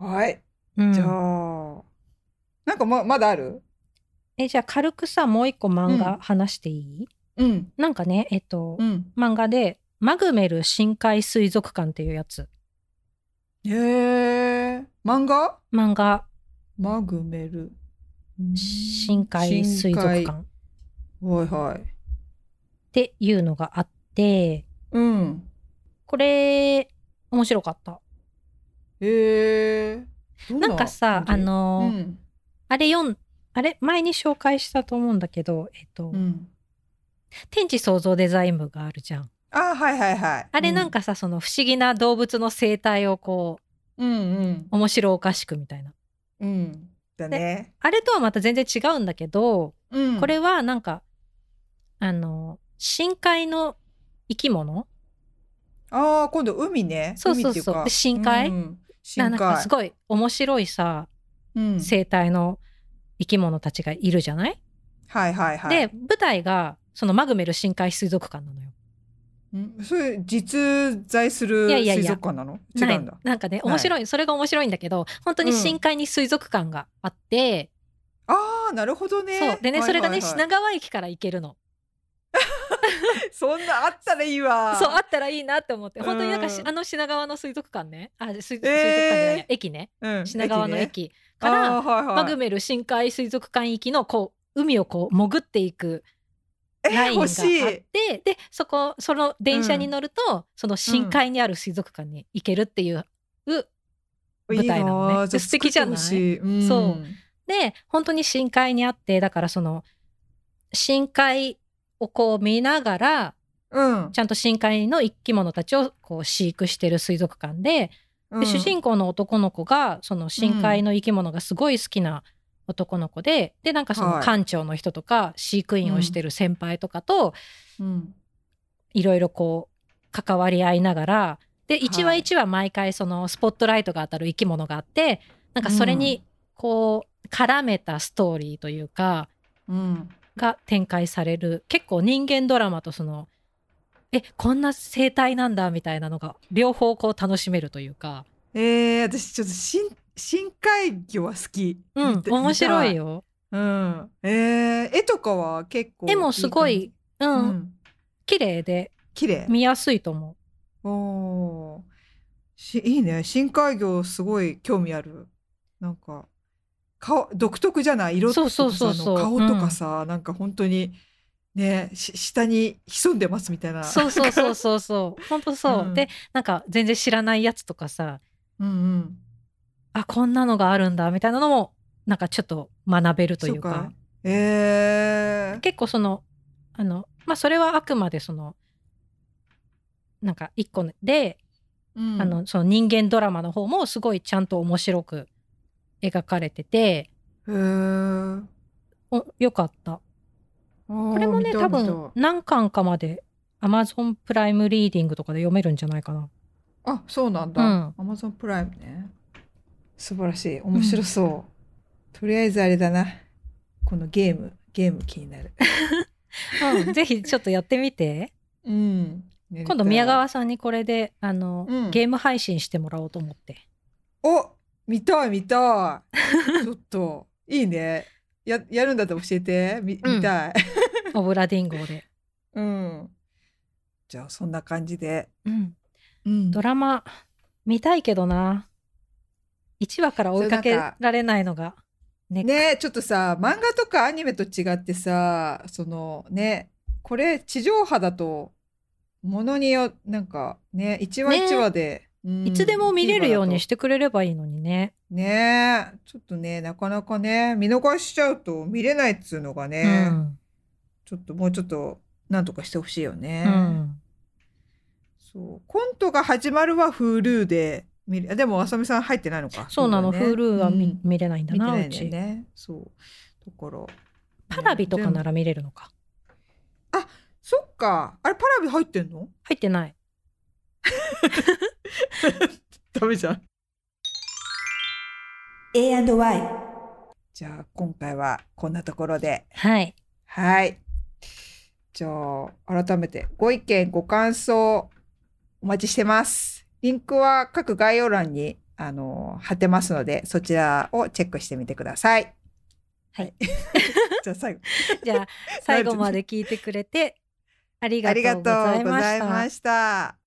はい。
うん
じゃあ、なんかままだある
えじゃあ軽くさもう一個漫画話していい、
うん。
なんかねえっと、
うん。
漫画で「マグメル深海水族館」っていうやつ
へえ。漫画
漫画
マグメル。
「深海水族
深
館」っ
海。はいはい。
ていうのがあって
うん。
これ面白かった
へえ。ど
なんかさあ
感じ、
のー
うん。
あれ読んあれ前に紹介したと思うんだけど、えっと
うん、
天地創造デザイン部があるじゃん。
あ、はいはいはい。
あれなん
か、
かさ、その不思議な動物の生態をこ
うんうん
う面白おかしくみたいな。
うん。だね。
あれとはまた全然違うんだけど、
うん
これはなんかあの深海の生き物
ああ、今度海ね。
そうそ
海
うそう
っていか
で深海
うん、
な
深
なん
海。
かすごい面白いさ、
うん、
生態の生き物たちがいるじゃない、
はいはいはい。
で舞台がそのマグメル深海水族館なのよ。
んそれ実在する
いやいやいや
水族館なの
ない
違うんだ。
なんかね
ない
面白いそれが面白いんだけど本当に深海に水族館があって。
ああなるほどね。
そうでね、
はい
それが
は
ね
いはい
品川駅から行けるの
そんなあったらいいわ。
そうあったらいいなって思って本当になんかし、
うん
あの品川の水族館ねあ水水族
えー
館じゃない、駅ね
うん
品川の
ね
駅から、
あーはいはい、
マグメル深海水族館行きのこう海をこう潜っていくラインが
欲
あっ、
してい。
でそこその電車に乗ると、その深海にある水族館に行けるっていう、舞台なのね
いいなあ
で素敵じゃない
ちょっと作ってほしいうん、
そで本当に深海にあってだからその深海をこう見ながら
うん。
ちゃんと深海の生き物たちをこう飼育してる水族館で,、
う
で
ん
主人公の男の子がその深海の生き物がすごい好きな男の子で、でなんかその
はい
館長の人とか飼育員をしてる先輩とかと
うん
いろいろこう関わり合いながらで
い
1話1話毎回そのスポットライトが当たる生き物があってなんかそれにこう絡めたストーリーというか
うん
が展開される結構人間ドラマとそのえこんな生態なんだみたいなのが両方こう楽しめるというか、
えー、私ちょっと深深海魚は好き。
うん
見、て
面白い。よ。
見たうん。えー、絵とかは結構
絵もすごいう、
感じ。うんん。
綺麗で
綺麗。
見やすいと思
おーしいいね深海魚すごい興味あるなんか顔独特じゃない色と
そう
か
そ
さ
うそうそう
あの顔とかさ、なんか本当にねし下に潜んでますみたいな
う。そうそうそうそうそう、 本当そう。
うん
で、なんか全然知らないやつとかさ、
うんうん
あこんなのがあるんだみたいなのもなんかちょっと学べるというか、
えー、
結構そのあのまあそれはあくまでそのなんか一個で、
うん
あのその人間ドラマの方もすごいちゃんと面白く描かれてて
へー
およかった
こ
これもね多分何巻かまで Amazon プライムリーディングとかで読めるんじゃないかな
あそうなんだ、
うん
アマゾンプライムね
素晴らしい面白そう、とりあえずあれだなこのゲームゲーム気になる
うん ぜひちょっとやってみて
うん
今度宮川さんにこれであの、
うん
ゲーム配信してもらおうと思って
お見たい見たい ちょっといいねややるんだったら教えてみ
うん
見たい、
オブラディンゴで、
うん
じゃあそんな感じで、
うん、
うん
ドラマ見たいけどな1話から追いかけられないのがね
ねちょっとさ漫画とかアニメと違ってさそのねこれ地上波だとものによなんかね一話
ね
一話で、
うん
いつでも見れるようにしててくれればいいのにね
ねちょっとねなかなかね見逃しちゃうと見れないっつうのがね、
うん
ちょっともうちょっとなんとかしてほしいよね、
うん
そうコントが始まるは Hulu で見れあでもあさみさん入ってないのか
そうなの、
そうだよ
Hulu は見,、
うん
見れないんだ
見て
な
ないん
う
だ
ち、
よねそうだから
パラビとかな
ら
ら見れるのか
そっかあれパラビ入ってんの
入ってない
ダメじゃん
A&Y
じゃあ今回はこんなところで
はい
はいじゃあ改めてご意見ご感想お待ちしてますリンクは各概要欄にあの貼ってますのでそちらをチェックしてみてください
はい
じゃあ最後
じ ゃあ最後まで聞いてくれてありがとうございました
ありがとうございました